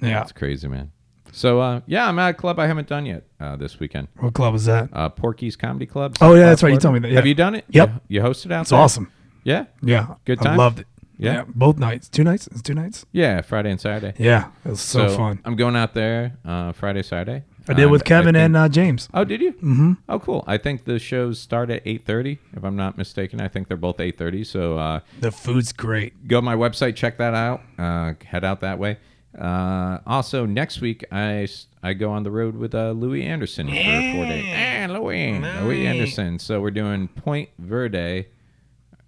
Yeah. It's crazy, man. So uh, yeah, I'm at a club I haven't done yet uh, this weekend. What club was that? Uh, Porky's Comedy Club. Oh, yeah, that's South right. You told me Florida. that, yeah. Have you done it? Yep. You, you hosted out. It's awesome. Yeah. Yeah. Good I time? loved it. Yeah. Both nights. Two nights? It's two nights? Yeah. Friday and Saturday. Yeah. It was so, fun. I'm going out there uh, Friday, Saturday. I did Um, with Kevin I think- and uh, James. Oh, did you? Mm-hmm. Oh, cool. I think the shows start at 8:30, if I'm not mistaken. I think they're both 8:30. So uh, The food's great. go to my website, check that out. Uh, head out that way. Uh, also, next week I s- I go on the road with uh, Louis Anderson for four days. Eh, Louis, Louis Anderson. So we're doing Point Verde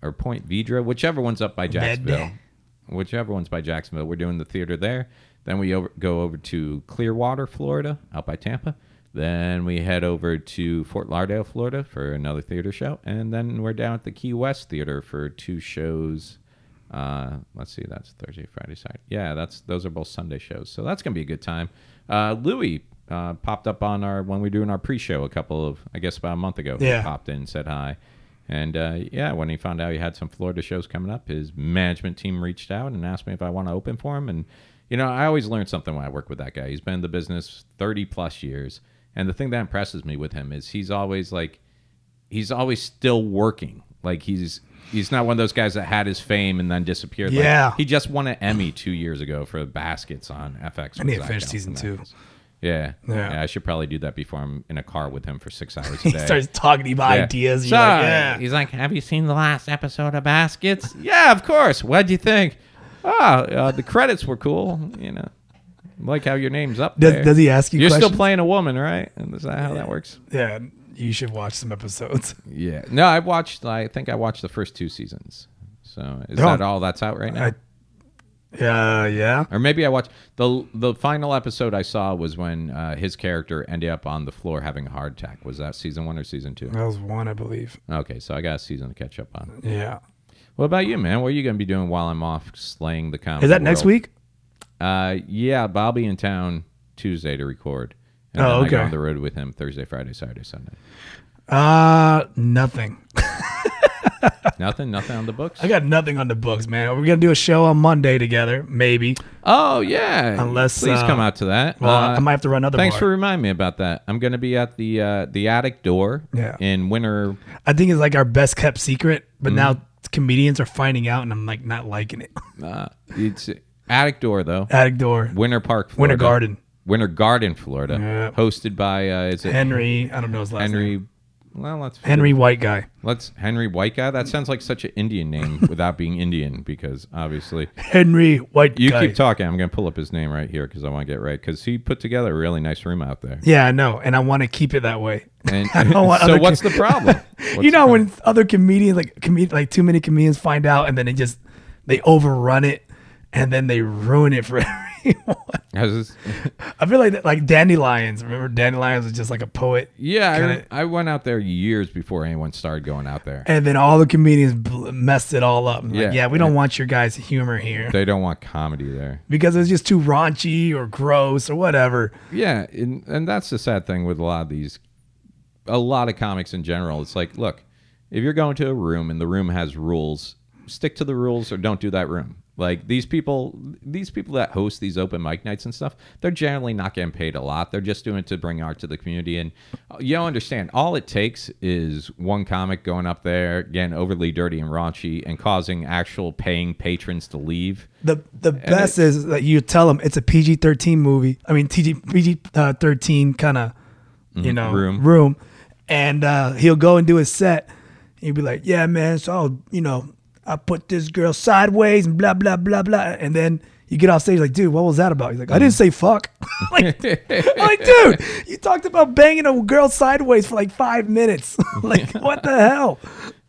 or Point Vedra, whichever one's up by Jacksonville, whichever one's by Jacksonville. We're doing the theater there. Then we over, go over to Clearwater, Florida, out by Tampa. Then we head over to Fort Lauderdale, Florida, for another theater show, and then we're down at the Key West Theater for two shows. Uh, let's see, that's Thursday, Friday, Saturday. Yeah, that's those are both Sunday shows, so that's gonna be a good time. Uh, Louis uh, popped up on our when we were doing our pre-show a couple of, I guess, about a month ago. He Yeah. popped in, said hi. And uh, yeah, when he found out he had some Florida shows coming up, his management team reached out and asked me if I want to open for him. And, you know, I always learn something when I work with that guy. He's been in the business 30 plus years. And the thing that impresses me with him is he's always like, he's always still working. Like he's he's not one of those guys that had his fame and then disappeared. Like, Yeah. he just won an Emmy two years ago for baskets on FX. need with to Zach finish Galifianakis. season two. Yeah. Yeah. yeah, I should probably do that before I'm in a car with him for six hours a He day. starts talking to you about Yeah. ideas. and So, you're like, yeah. He's like, have you seen the last episode of Baskets? yeah, of course. What'd you think? Ah, uh, the credits were cool. You know, like how your name's up Does- there. does he ask you You're questions? still playing a woman, right? And is that how that works? Yeah. You should watch some episodes. Yeah. No, I watched. I think I watched the first two seasons. So is They're that all- all that's out right now? I- Yeah. Yeah. or maybe I watched the the final episode I saw was when uh, his character ended up on the floor having a heart attack. Was that season one or season two? That was one, I believe. Okay, so I got a season to catch up on. Yeah. What about you, man? What are you going to be doing while I'm off slaying the comedy? Is that next world? week? Uh, yeah, Bobby in town Tuesday to record. And Oh, then I go okay. on the road with him Thursday, Friday, Saturday, Sunday. Uh, nothing. nothing, nothing on the books. I got nothing on the books, man. We're gonna do a show on Monday together, maybe. Oh yeah. Unless, please uh, come out to that. Well, Uh, I might have to run another. Thanks bar. for reminding me about that. I'm going to be at the uh, the attic door Yeah. in winter. I think it's like our best kept secret, but Mm-hmm. now comedians are finding out, and I'm like not liking it. Uh, it's attic door though. Attic door, Winter Park, Florida. Winter Garden, Winter Garden, Florida. Yeah. Hosted by uh, is it Henry. I don't know his last name. Henry? Well, let's Henry White guy. let's Henry White guy. That sounds like such an Indian name without being Indian because obviously Henry White you guy. keep talking. I'm going to pull up his name right here because I want to get it right because he put together a really nice room out there. yeah, I know, and I want to keep it that way. And don't want so other what's the problem? you What's- know, when other comedians like comed- like too many comedians find out, and then they just they overrun it, and then they ruin it for everyone. has this- I feel like that, like Dandelions. Remember Dandelions was just like a poet, Yeah, I, Kinda- re- I went out there years before anyone started going out there. and then all the comedians bl- messed it all up. Like, yeah, Yeah. we don't want your guys' humor here They don't want comedy there. because it's just too raunchy or gross or whatever. Yeah, and, and that's the sad thing with a lot of these, a lot of comics in general. It's like, look, if you're going to a room and the room has rules, stick to the rules or don't do that room. Like these people, these people that host these open mic nights and stuff, they're generally not getting paid a lot. They're just doing it to bring art to the community. And uh, you don't understand, all it takes is one comic going up there, getting overly dirty and raunchy, and causing actual paying patrons to leave. The the best is that you tell them it's a PG thirteen movie. I mean TG, PG uh, thirteen kind of you know room. and uh, he'll go and do his set. He'll be like, "Yeah, man, so I'll, you know I put this girl sideways and blah blah blah blah," and then you get off stage like, "Dude, what was that about?" He's like, "I didn't say fuck." like, I'm like, dude, you talked about banging a girl sideways for like five minutes. like, what the hell?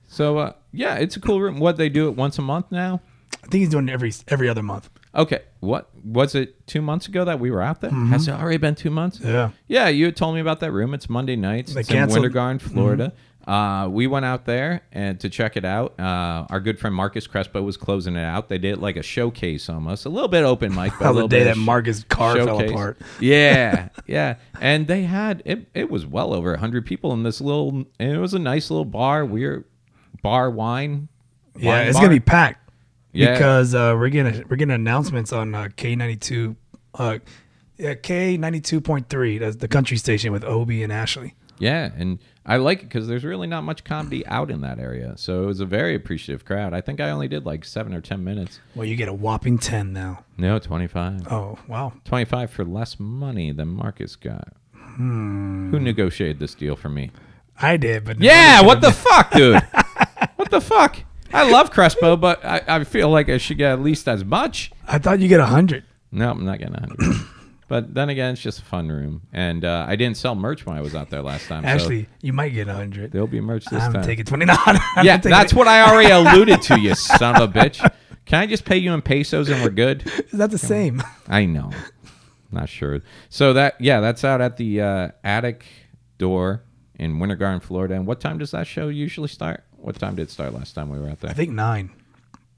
So, uh, yeah, it's a cool room. What they do it once a month now? I think he's doing it every every other month. Okay. What was it two months ago that we were out there? Has it already been two months? Mm-hmm. Yeah. Yeah, you had told me about that room. It's Monday nights. They it's canceled- Mm-hmm. in Winter Garden, Florida. Uh, we went out there and to check it out. Uh, our good friend Marcus Crespo was closing it out. They did like a showcase almost, a little bit open mic. But That a was the little day bit that of sh- Marcus' car fell apart. Yeah, yeah. And they had it. It was well over hundred people in this little. And it was a nice little bar. We're bar wine. Yeah, wine it's bar. gonna be packed. Yeah. Because uh, we're gonna we're getting announcements on uh, K ninety two, uh, yeah K ninety two point three. That's the country station with Obi and Ashley. Yeah, and I like it because there's really not much comedy out in that area. So it was a very appreciative crowd. I think I only did like seven or 10 minutes. Well, you get a whopping ten now. No, 25. Oh wow, 25 for less money than Marcus got. Who negotiated this deal for me? I did, but Yeah, what the fuck, dude? what the fuck? I love Crespo, but I, I feel like I should get at least as much. I thought you get a hundred. No, I'm not getting 100. but then again, it's just a fun room. And uh, I didn't sell merch when I was out there last time. Ashley, so you might get a hundred. there'll be merch this I'm time. taking twenty nine. yeah, that's what I already alluded to, you son of a bitch. Can I just pay you in pesos and we're good? Is that the same? I know. Not sure. So that yeah, that's out at the uh, attic door in Winter Garden, Florida. And what time does that show usually start? What time did it start last time we were out I there? think nine.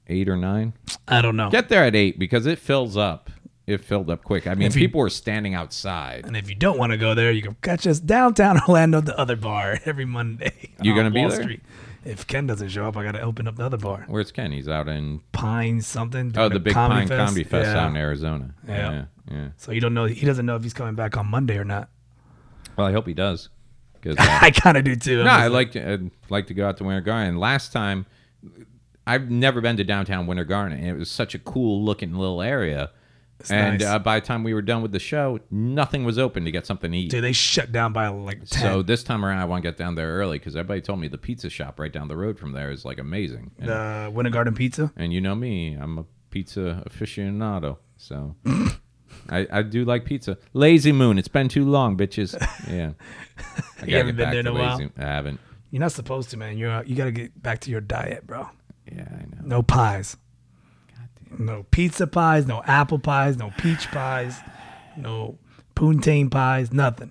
Eight or nine? I don't know. Get there at eight because it fills up. It filled up quick. I mean, If you- people were standing outside. And if you don't want to go there, you can catch us downtown Orlando, the other bar, every Monday. You on gonna be Wall there? If Ken doesn't show up, I gotta open up the other bar. Where's Ken? He's out in Pine something. oh doing the a Big Pine Comedy Fest Yeah. out in Arizona. Yeah. yeah, yeah. So you don't know. He doesn't know if he's coming back on Monday or not. Well, I hope he does. 'Cause, uh, I kind of do too. I'm No, just I like to I'd like to go out to Winter Garden. Last time, I've never been to downtown Winter Garden, and it was such a cool looking little area. and nice. uh, by the time we were done with the show, nothing was open to get something to eat. dude, they shut down by like ten. so this time around, I want to get down there early because everybody told me the pizza shop right down the road from there is like amazing. And, the Winter Garden Pizza. and you know me, I'm a pizza aficionado, so. I, I do like pizza. Lazy Moon. It's been too long, bitches. Yeah. I gotta get haven't been back there in to a while? Lazy- I haven't. You're not supposed to, man. You're you gotta get back to your diet, bro. Yeah, I know. No pies. No pizza pies, no apple pies, no peach pies, no plantain pies, nothing.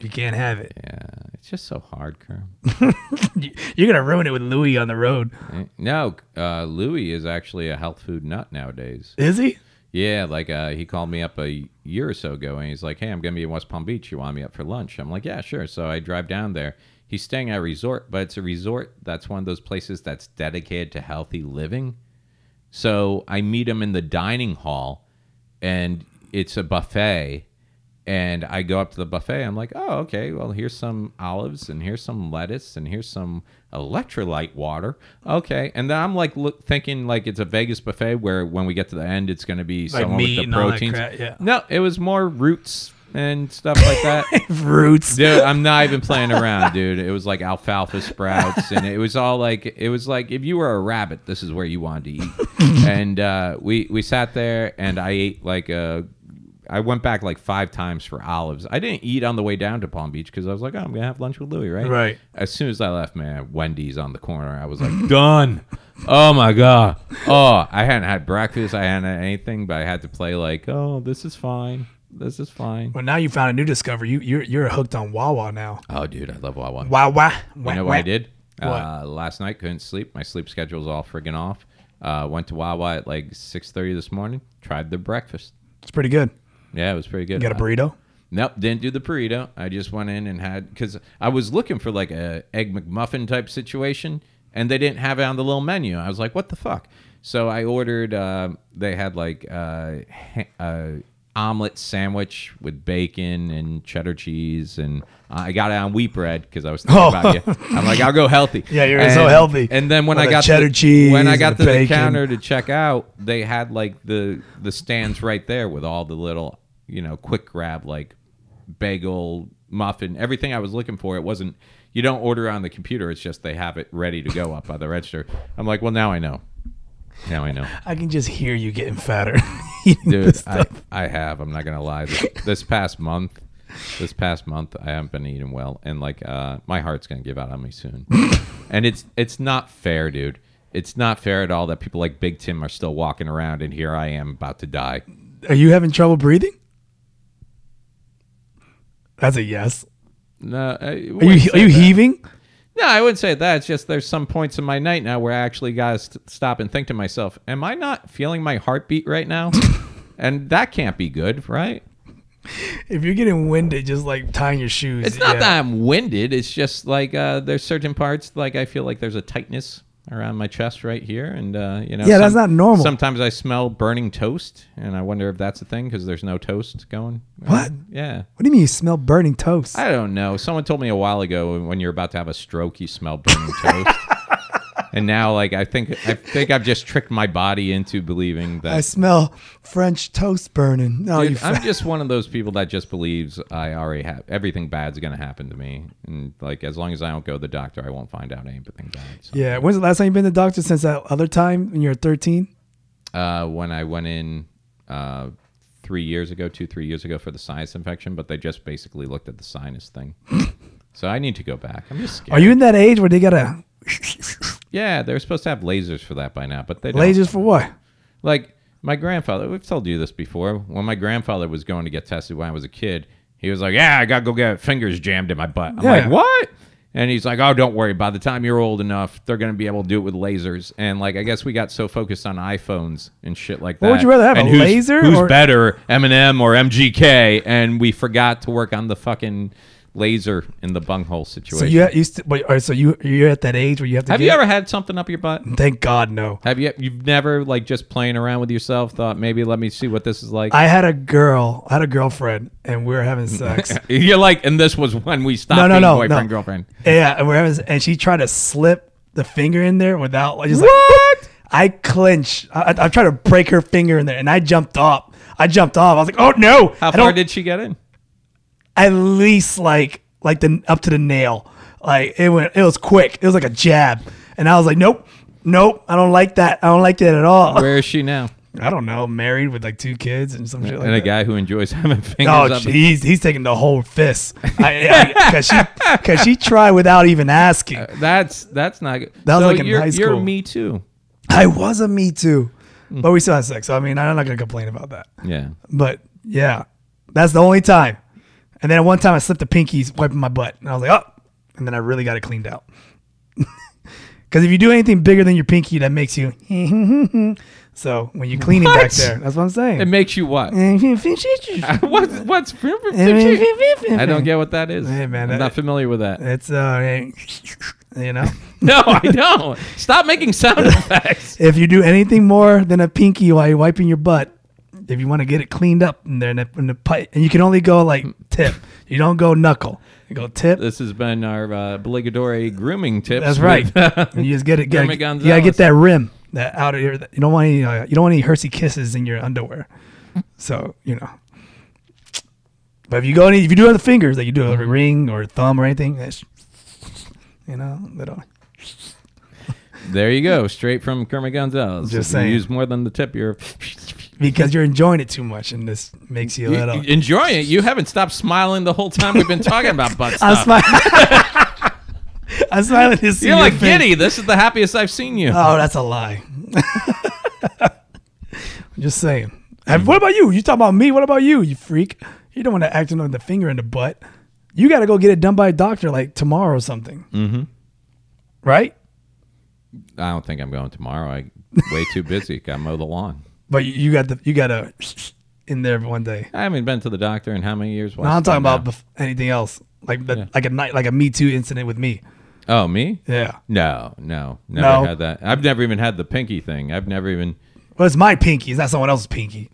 You can't have it. Yeah, it's just so hard, Kerm. You- You're gonna ruin it with Louis on the road, Eh, no, uh, Louis is actually a health food nut nowadays. is he? Yeah, like uh, he called me up a year or so ago, and he's like, "Hey, I'm gonna be in West Palm Beach. You want me up for lunch?" I'm like, "Yeah, sure." So I drive down there. He's staying at a resort, but it's a resort that's one of those places that's dedicated to healthy living. So I meet him in the dining hall, and it's a buffet. And I go up to the buffet. I'm like, oh, okay. Well, here's some olives, and here's some lettuce, and here's some electrolyte water. Okay. And then I'm like, look, thinking like it's a Vegas buffet where when we get to the end, it's going to be Like someone with meat the and all that proteins. crap, yeah. No, it was more roots and stuff like that. Roots. Dude, I'm not even playing around, dude. It was like alfalfa sprouts, and it was all like it was like if you were a rabbit, this is where you wanted to eat. and uh, we we sat there, and I ate like a. I went back like five times for olives. I didn't eat on the way down to Palm Beach because I was like, oh, I'm gonna have lunch with Louis, right? Right. As soon as I left, man, Wendy's on the corner. I was like, done. Oh my god. Oh, I hadn't had breakfast. I hadn't had anything, but I had to play like, oh, this is fine. This is fine. Well, now you found a new discovery. You you're you're hooked on Wawa now. Oh, dude, I love Wawa. Wawa. You know what I did? Uh, What? last night couldn't sleep. My sleep schedule's all friggin' off. Uh, went to Wawa at like six thirty this morning. Tried the breakfast. It's pretty good. Yeah, it was pretty good. You got a Uh, burrito. Nope, didn't do the burrito. I just went in and had because I was looking for like a egg McMuffin type situation, and they didn't have it on the little menu. I was like, what the fuck? So I ordered. Uh, they had like uh, ha- uh, omelet sandwich with bacon and cheddar cheese, and I got it on wheat bread because I was thinking Oh. about you. I'm like, I'll go healthy. Yeah, you're so healthy. And then when With I the got to cheddar the- cheese when I and got the to the bacon. counter to check out, they had like the the stands right there with all the little, you know, quick grab like bagel, muffin, everything I was looking for. It wasn't you don't order on the computer, it's just they have it ready to go up by the register. I'm like, "Well, now I know." Now I know. I can just hear you getting fatter. Dude, I, I have, I'm not going to lie. This, this past month, this past month I haven't been eating well and like uh my heart's going to give out on me soon. and it's it's not fair, dude. It's not fair at all that people like Big Tim are still walking around, and here I am about to die. Are you having trouble breathing? That's a yes. No, I, Are you are you heaving? No, I wouldn't say that. It's just there's some points in my night now where I actually got to st- stop and think to myself, am I not feeling my heartbeat right now? and that can't be good, right? If you're getting winded, just like tying your shoes. It's not yeah. that I'm winded. It's just like uh, there's certain parts like I feel like there's a tightness around my chest right here, and uh, you know. Yeah, that's not normal. Sometimes I smell burning toast, and I wonder if that's a thing because there's no toast going. What? around. Yeah. What do you mean you smell burning toast? I don't know. Someone told me a while ago when you're about to have a stroke, you smell burning toast. And now, like I think, I think I've just tricked my body into believing that. I smell French toast burning. No, Dude, you. I'm just one of those people that just believes I already have everything bad's gonna happen to me, and like as long as I don't go to the doctor, I won't find out anything bad. So, yeah. When's the last time you've been to the doctor since that other time when you were 13? uh, when I went in uh, three years ago, two three years ago for the sinus infection, but they just basically looked at the sinus thing. so I need to go back. I'm just scared. Are you in that age where they gotta Yeah, they were supposed to have lasers for that by now, but they don't. lasers for what? Like my grandfather, we've told you this before. When my grandfather was going to get tested when I was a kid, he was like, "Yeah, I gotta go get fingers jammed in my butt." I'm Yeah. like, "What?" And he's like, "Oh, don't worry. By the time you're old enough, they're gonna be able to do it with lasers." And like, I guess we got so focused on iPhones and shit like that. What would you rather have, And a who's, laser Who's or- better, Eminem or MGK? And we forgot to work on the fucking laser in the bunghole situation. So you used to, but all right, so you you're at that age where you have to. have get, you ever had something up your butt? Thank God, no. Have you you've never like just playing around with yourself thought maybe let me see what this is like? I had a girl, I had a girlfriend, and we were having sex. You're like, and this was when we stopped no, no, being no, boyfriend no. girlfriend. yeah, and we we're having, and she tried to slip the finger in there without, like, just What? like. I clenched. I, I, I tried to break her finger in there, and I jumped off. I jumped off. I was like, "Oh no!" How I far don't- did she get in? at least like like the up to the nail. Like it went it was quick. It was like a jab. And I was like, Nope, nope, I don't like that. I don't like that at all. Where is she now? I don't know, married with like two kids and some shit like And a that. guy who enjoys having fingers Oh, up. jeez, he's taking the whole fist. I, I, Cause she, cause she tried without even asking. That's that's not good. That was So like in you're, high You're school. me too. I was a me too, Hmm. but we still had sex. So I mean, I'm not gonna complain about that. Yeah. But yeah, that's the only time. And then at one time I slipped the pinkies wiping my butt, and I was like, oh. And then I really got it cleaned out. Because if you do anything bigger than your pinky, that makes you. so when you're cleaning back What? there, that's what I'm It saying. makes you what? what's what's I I don't get what that is. Hey, man, I'm that- not familiar with that. It's uh, you know, No, I don't. Stop making sound effects. if you do anything more than a pinky while you're wiping your butt, if you want to get it cleaned up in there, in the, in the pipe, and you can only go like tip. You don't go knuckle. You go tip. This has been our uh, obligatory grooming tips. That's with- right. you just get it. Get, Jeremy you gotta Gonzalez. get that rim that out of your. You don't want any. Uh, you don't want any Hershey kisses in your underwear. So you know. But if you go any, if you do it on the fingers, like you do a Mm-hmm. ring or a thumb or anything, that's, you know, little. There you go, straight from Kermit Gonzalez. Just If you saying. Use more than the tip. You're because you're enjoying it too much, and this makes you a you, little. you enjoy it. You haven't stopped smiling the whole time we've been talking about butt I'm stuff. smiling. I'm smiling to see You're your like face. giddy. This is the happiest I've seen you. Oh, that's a lie. I'm just saying. And what about you? You talking about me? What about you? You freak. You don't want to act on the finger in the butt. You got to go get it done by a doctor like tomorrow or something. Mm-hmm. Right? I don't think I'm going tomorrow. I way too busy. Got to mow the lawn. But you- you got the you got to in there one day. I haven't been to the doctor in how many years? Why No, I'm stop talking about now? bef- anything else like the, like a night like a Me Too incident with me. Oh, me? Yeah. No, no, never No. had that. I've never even had the pinky thing. I've never even. Well, it's my pinky. It's not someone else's pinky.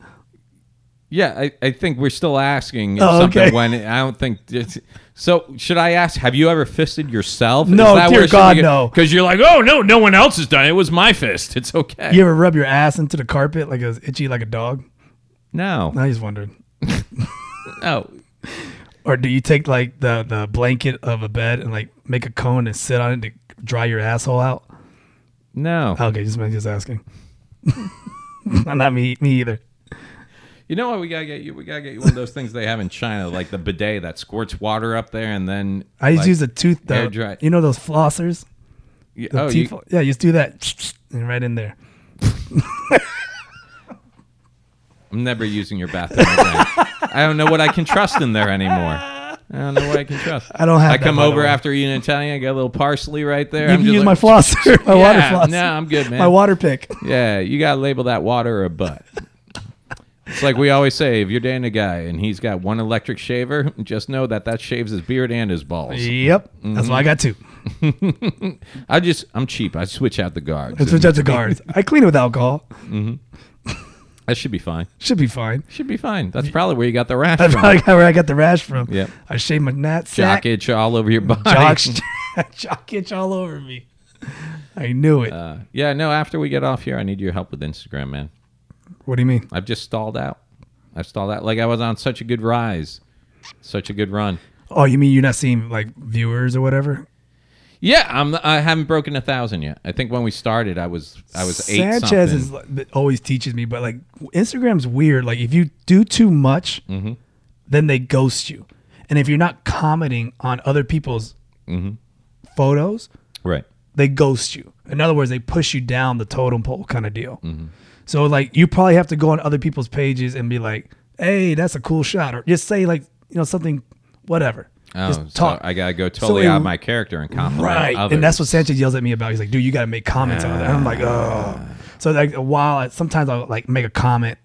Yeah, I, I think we're still asking if Oh, something okay. when I don't think. It's, so should I ask? Have you ever fisted yourself? No, dear God, no. Because you're like, oh no, no one else has done it. It was my fist. It's okay. You ever rub your ass into the carpet like it was itchy like a dog? no, Oh. I just wondered. no. Or do you take like the, the blanket of a bed and like make a cone and sit on it to dry your asshole out? No. Okay, just just asking. Not me, me either. You know what we gotta get you? We gotta get you one of those things they have in China, like the bidet that squirts water up there and then I just like, use a tooth though. air dry- You know those flossers? you- The oh, teeth you, fl- yeah, you just do that. and right in there. I'm never using your bathroom again. I don't know what I can trust in there anymore. I don't know what I can trust. I don't have I that, come by the over way. after eating Italian. I got a little parsley right there. You I'm can just use my like, flosser, my water yeah, flosser, No, I'm good, man. my water pick. Yeah, you gotta label that water a butt. It's like we always say: if you're dating a guy and he's got one electric shaver, just know that that shaves his beard and his balls. Yep, that's why I got two. I just, I'm cheap. I switch out the guards. Let's switch out the guards. I clean it with alcohol. That should be fine. Should be fine. Should be fine. That's probably where you got the rash That's from. probably where I got the rash from. Yep. I shaved my nat sack. Jock itch all over your body. Jock, jock itch all over me. I knew it. Uh, yeah, no. After we get off here, I need your help with Instagram, man. what do you mean? I've just stalled out. I've stalled out. Like I was on such a good rise, such a good run. Oh, you mean you're not seeing like viewers or whatever? Yeah, I'm. I haven't broken a thousand yet. I think when we started, I was I was eight. Sanchez something. is like, that always teaches me, but like Instagram's weird. Like if you do too much, Mm-hmm. then they ghost you, and if you're not commenting on other people's Mm-hmm. photos, right. they ghost you. In other words, they push you down the totem pole kind of deal. Mm-hmm. So like you probably have to go on other people's pages and be like, "Hey, that's a cool shot," or just say like you know something, whatever. Oh, just so I gotta go totally So it- out of my character and compliment Right. others. And that's what Sanchez yells at me about. He's like, dude, you got to make comments on that. And I'm like, Ah. oh. So like a while, I- sometimes I'll like make a comment.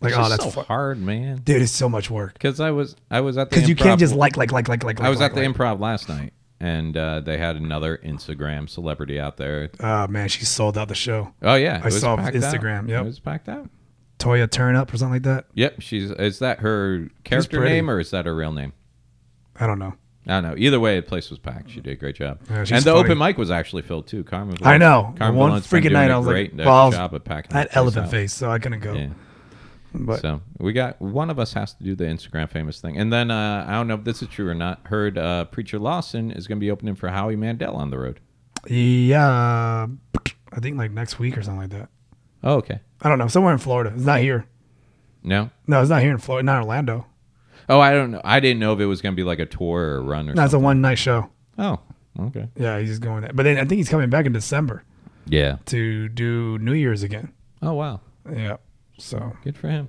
Like, It's oh, just that's so fu- hard, man. dude, it's so much work. Because I was I was at the Because you can't improv- just like, like, like, like, like. I was like, at the like. improv last night, and uh, they had another Instagram celebrity out there. Oh man, she sold out the show. Oh yeah, it was saw packed out. Instagram, yep. it was packed out. Toya Turn Up or something like that. Yep, she's is that her character pretty. name or is that her real name? I don't know. I don't know. Either way, the place was packed. She did a great job, Yeah, and she's the funny. open mic was actually filled too. Carmen, I know. Carmen One Valent's been freaking doing night, a I was like, great uh, well, I was- job at packing That place elephant out. face, so I couldn't go. Yeah. But so we got one of us has to do the Instagram famous thing, and then uh, I don't know if this is true or not. Heard uh, preacher Lawson is going to be opening for Howie Mandel on the road. yeah, I think like next week or something like that. Oh, okay. I don't know. Somewhere in Florida. It's not here. No. No, it's not here in Florida. Not Orlando. Oh, I don't know. I didn't know if it was going to be like a tour or a run or No, it's a something. one night show. Oh, okay. Yeah, he's just going there. But then I think he's coming back in December. Yeah. to do New Year's again. Oh wow. Yeah. So Good for him.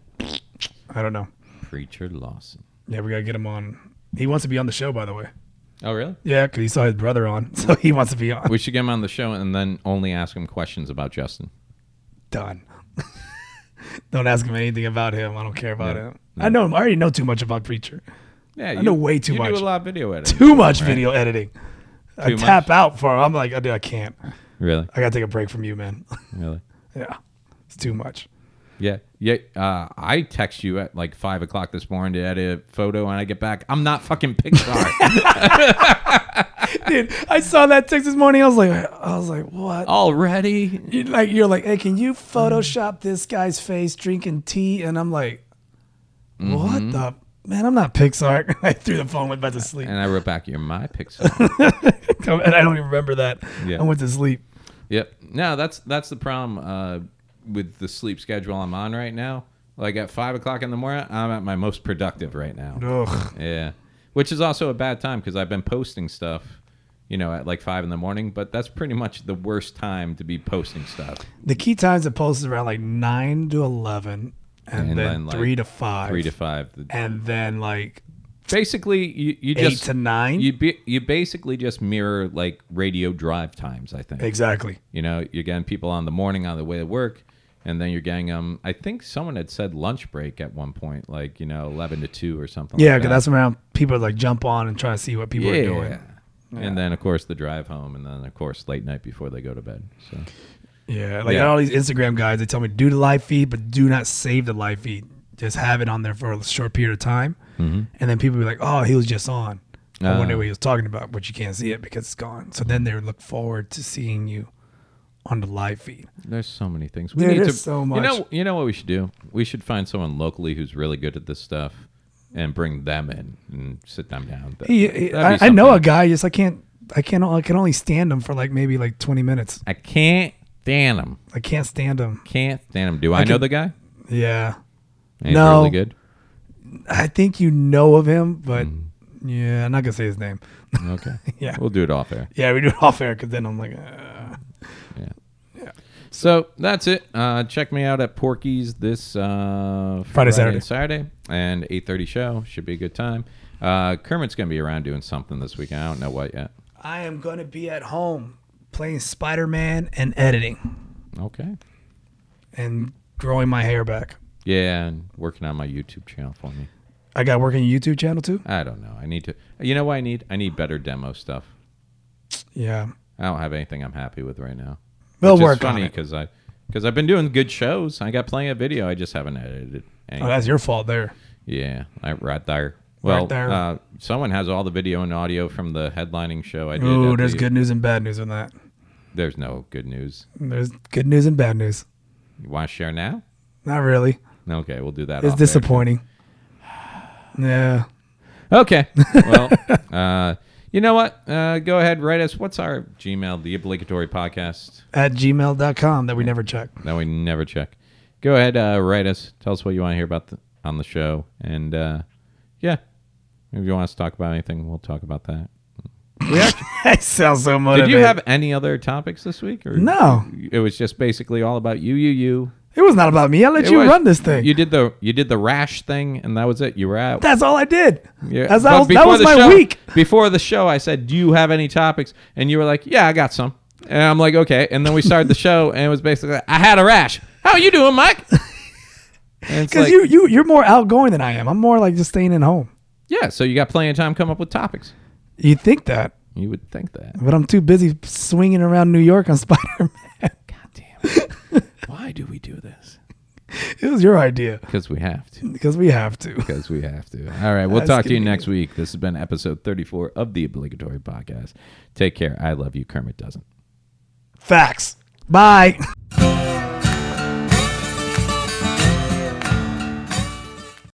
I don't know. Preacher Lawson. Yeah, we gotta get him on. He wants to be on the show, by the way. Oh really? Yeah, because he saw his brother on, so he wants to be on. We should get him on the show and then only ask him questions about Justin. Done. don't ask him anything about him. I don't care about No, him. I know him. I already know too much about preacher. Yeah, know way too you much. do a lot of video editing. Too much video editing. I Too tap out for him. I'm like, oh, dude, I can't. Really, I gotta take a break from you, man. really. yeah, it's too much. Yeah, yeah. Uh, I text you at like five o'clock this morning to edit a photo, and I get back. I'm not fucking Pixar. Dude, I saw that text this morning. I was like, I was like, what? Already, You're like you're like, hey, can you Photoshop this guy's face drinking tea? And I'm like, what Mm-hmm. the man? I'm not Pixar. I threw the phone, went back to sleep, and I wrote back, "You're my Pixar." and I don't even remember that. Yeah. I went to sleep. yep. No, that's that's the problem uh, with the sleep schedule I'm on right now. Like at five o'clock in the morning, I'm at my most productive right now. Ugh. Yeah, which is also a bad time because I've been posting stuff, you know, at like five in the morning. But that's pretty much the worst time to be posting stuff. The key times to post is around like nine to eleven, And and, then, then, like, three to five, Three to five. and then like Basically, you, you eight just to nine. you be, you basically just mirror like radio drive times. I think exactly. you know you're getting people on the morning on the way to work, and then you're getting um. I think someone had said lunch break at one point, like you know eleven to two or something. Yeah, like because that. that's around people like jump on and try to see what people yeah. are doing. And then of course the drive home, and then of course late night before they go to bed. So Yeah, like Yeah. all these Instagram guys, they tell me do the live feed, but do not save the live feed. Just have it on there for a short period of time, Mm-hmm. and then people be like, "Oh, he was just on." I Ah. wonder what he was talking about, but you can't see it because it's gone. So then they would look forward to seeing you on the live feed. There's so many things. We There need is to, so You know, much. you know what we should do? We should find someone locally who's really good at this stuff and bring them in and sit them down. That- He, he- that'd I, be I know a something. guy, just I can't, I can't, I can only stand him for like maybe like twenty minutes. I can't stand him. I can't stand him. Can't stand him. Do I, know can- the guy? Yeah, And he's No. really good. I think you know of him, but Mm-hmm. yeah, I'm not gonna say his name. Okay. Yeah. We'll do it off air. yeah, we do it off air because then I'm like, uh, So that's it. Uh, check me out at Porky's this uh, Friday, Saturday. and Saturday, and eight thirty show should be a good time. Uh, Kermit's gonna be around doing something this weekend. I don't know what yet. I am gonna be at home playing Spider Man and editing Okay. and growing my hair back. Yeah, and working on my YouTube channel for me. I got working YouTube channel too. I don't know. I need to. You know what I need? I need better demo stuff. Yeah, I don't have anything I'm happy with right now. We'll Which is work funny on it. because I because I've been doing good shows. I got plenty of video. I just haven't edited. Anything. Oh, that's your fault there. Yeah, I, right there. Well, there. Uh, someone has all the video and audio from the headlining show I did. Ooh, at there's the- good news and bad news on that. There's no good news. There's good news and bad news. You want to share now? Not really. Okay, we'll do that. It's off air. disappointing. Yeah. Okay. Well, uh, you know what? Uh, go ahead. Write us. What's our Gmail? The obligatory podcast At gmail.com that we never check. that we never check. Go ahead. Uh, write us. Tell us what you want to hear about the, on the show. And uh, yeah, if you want us to talk about anything, we'll talk about that. I sound so Did motivated. you have any other topics this week? Or No. It was just basically all about you, you, you. It was not about me. I let It you was- run this thing. You did the you did the rash thing, and that was it. You were out. That's all I did. Yeah. That's But all, that before was the my show- week. Before the show, I said, "Do you have any topics?" And you were like, "Yeah, I got some." And I'm like, "Okay." And then we started the show, and it was basically, "I had a rash. How you doing, Mike?" Because Because you, you, you're more outgoing than I am. I'm more like just staying in home. yeah. So you got plenty of time to come up with topics. You think that, You would think that. but I'm too busy swinging around New York on Spider Man. God damn. it. Why do we do this? it was your idea Because we have to. because we have to. because we have to. All right, we'll That's talk to you convenient. next week. This has been episode 34 of the obligatory podcast. Take care. I love you. Kermit doesn't. Facts. Bye.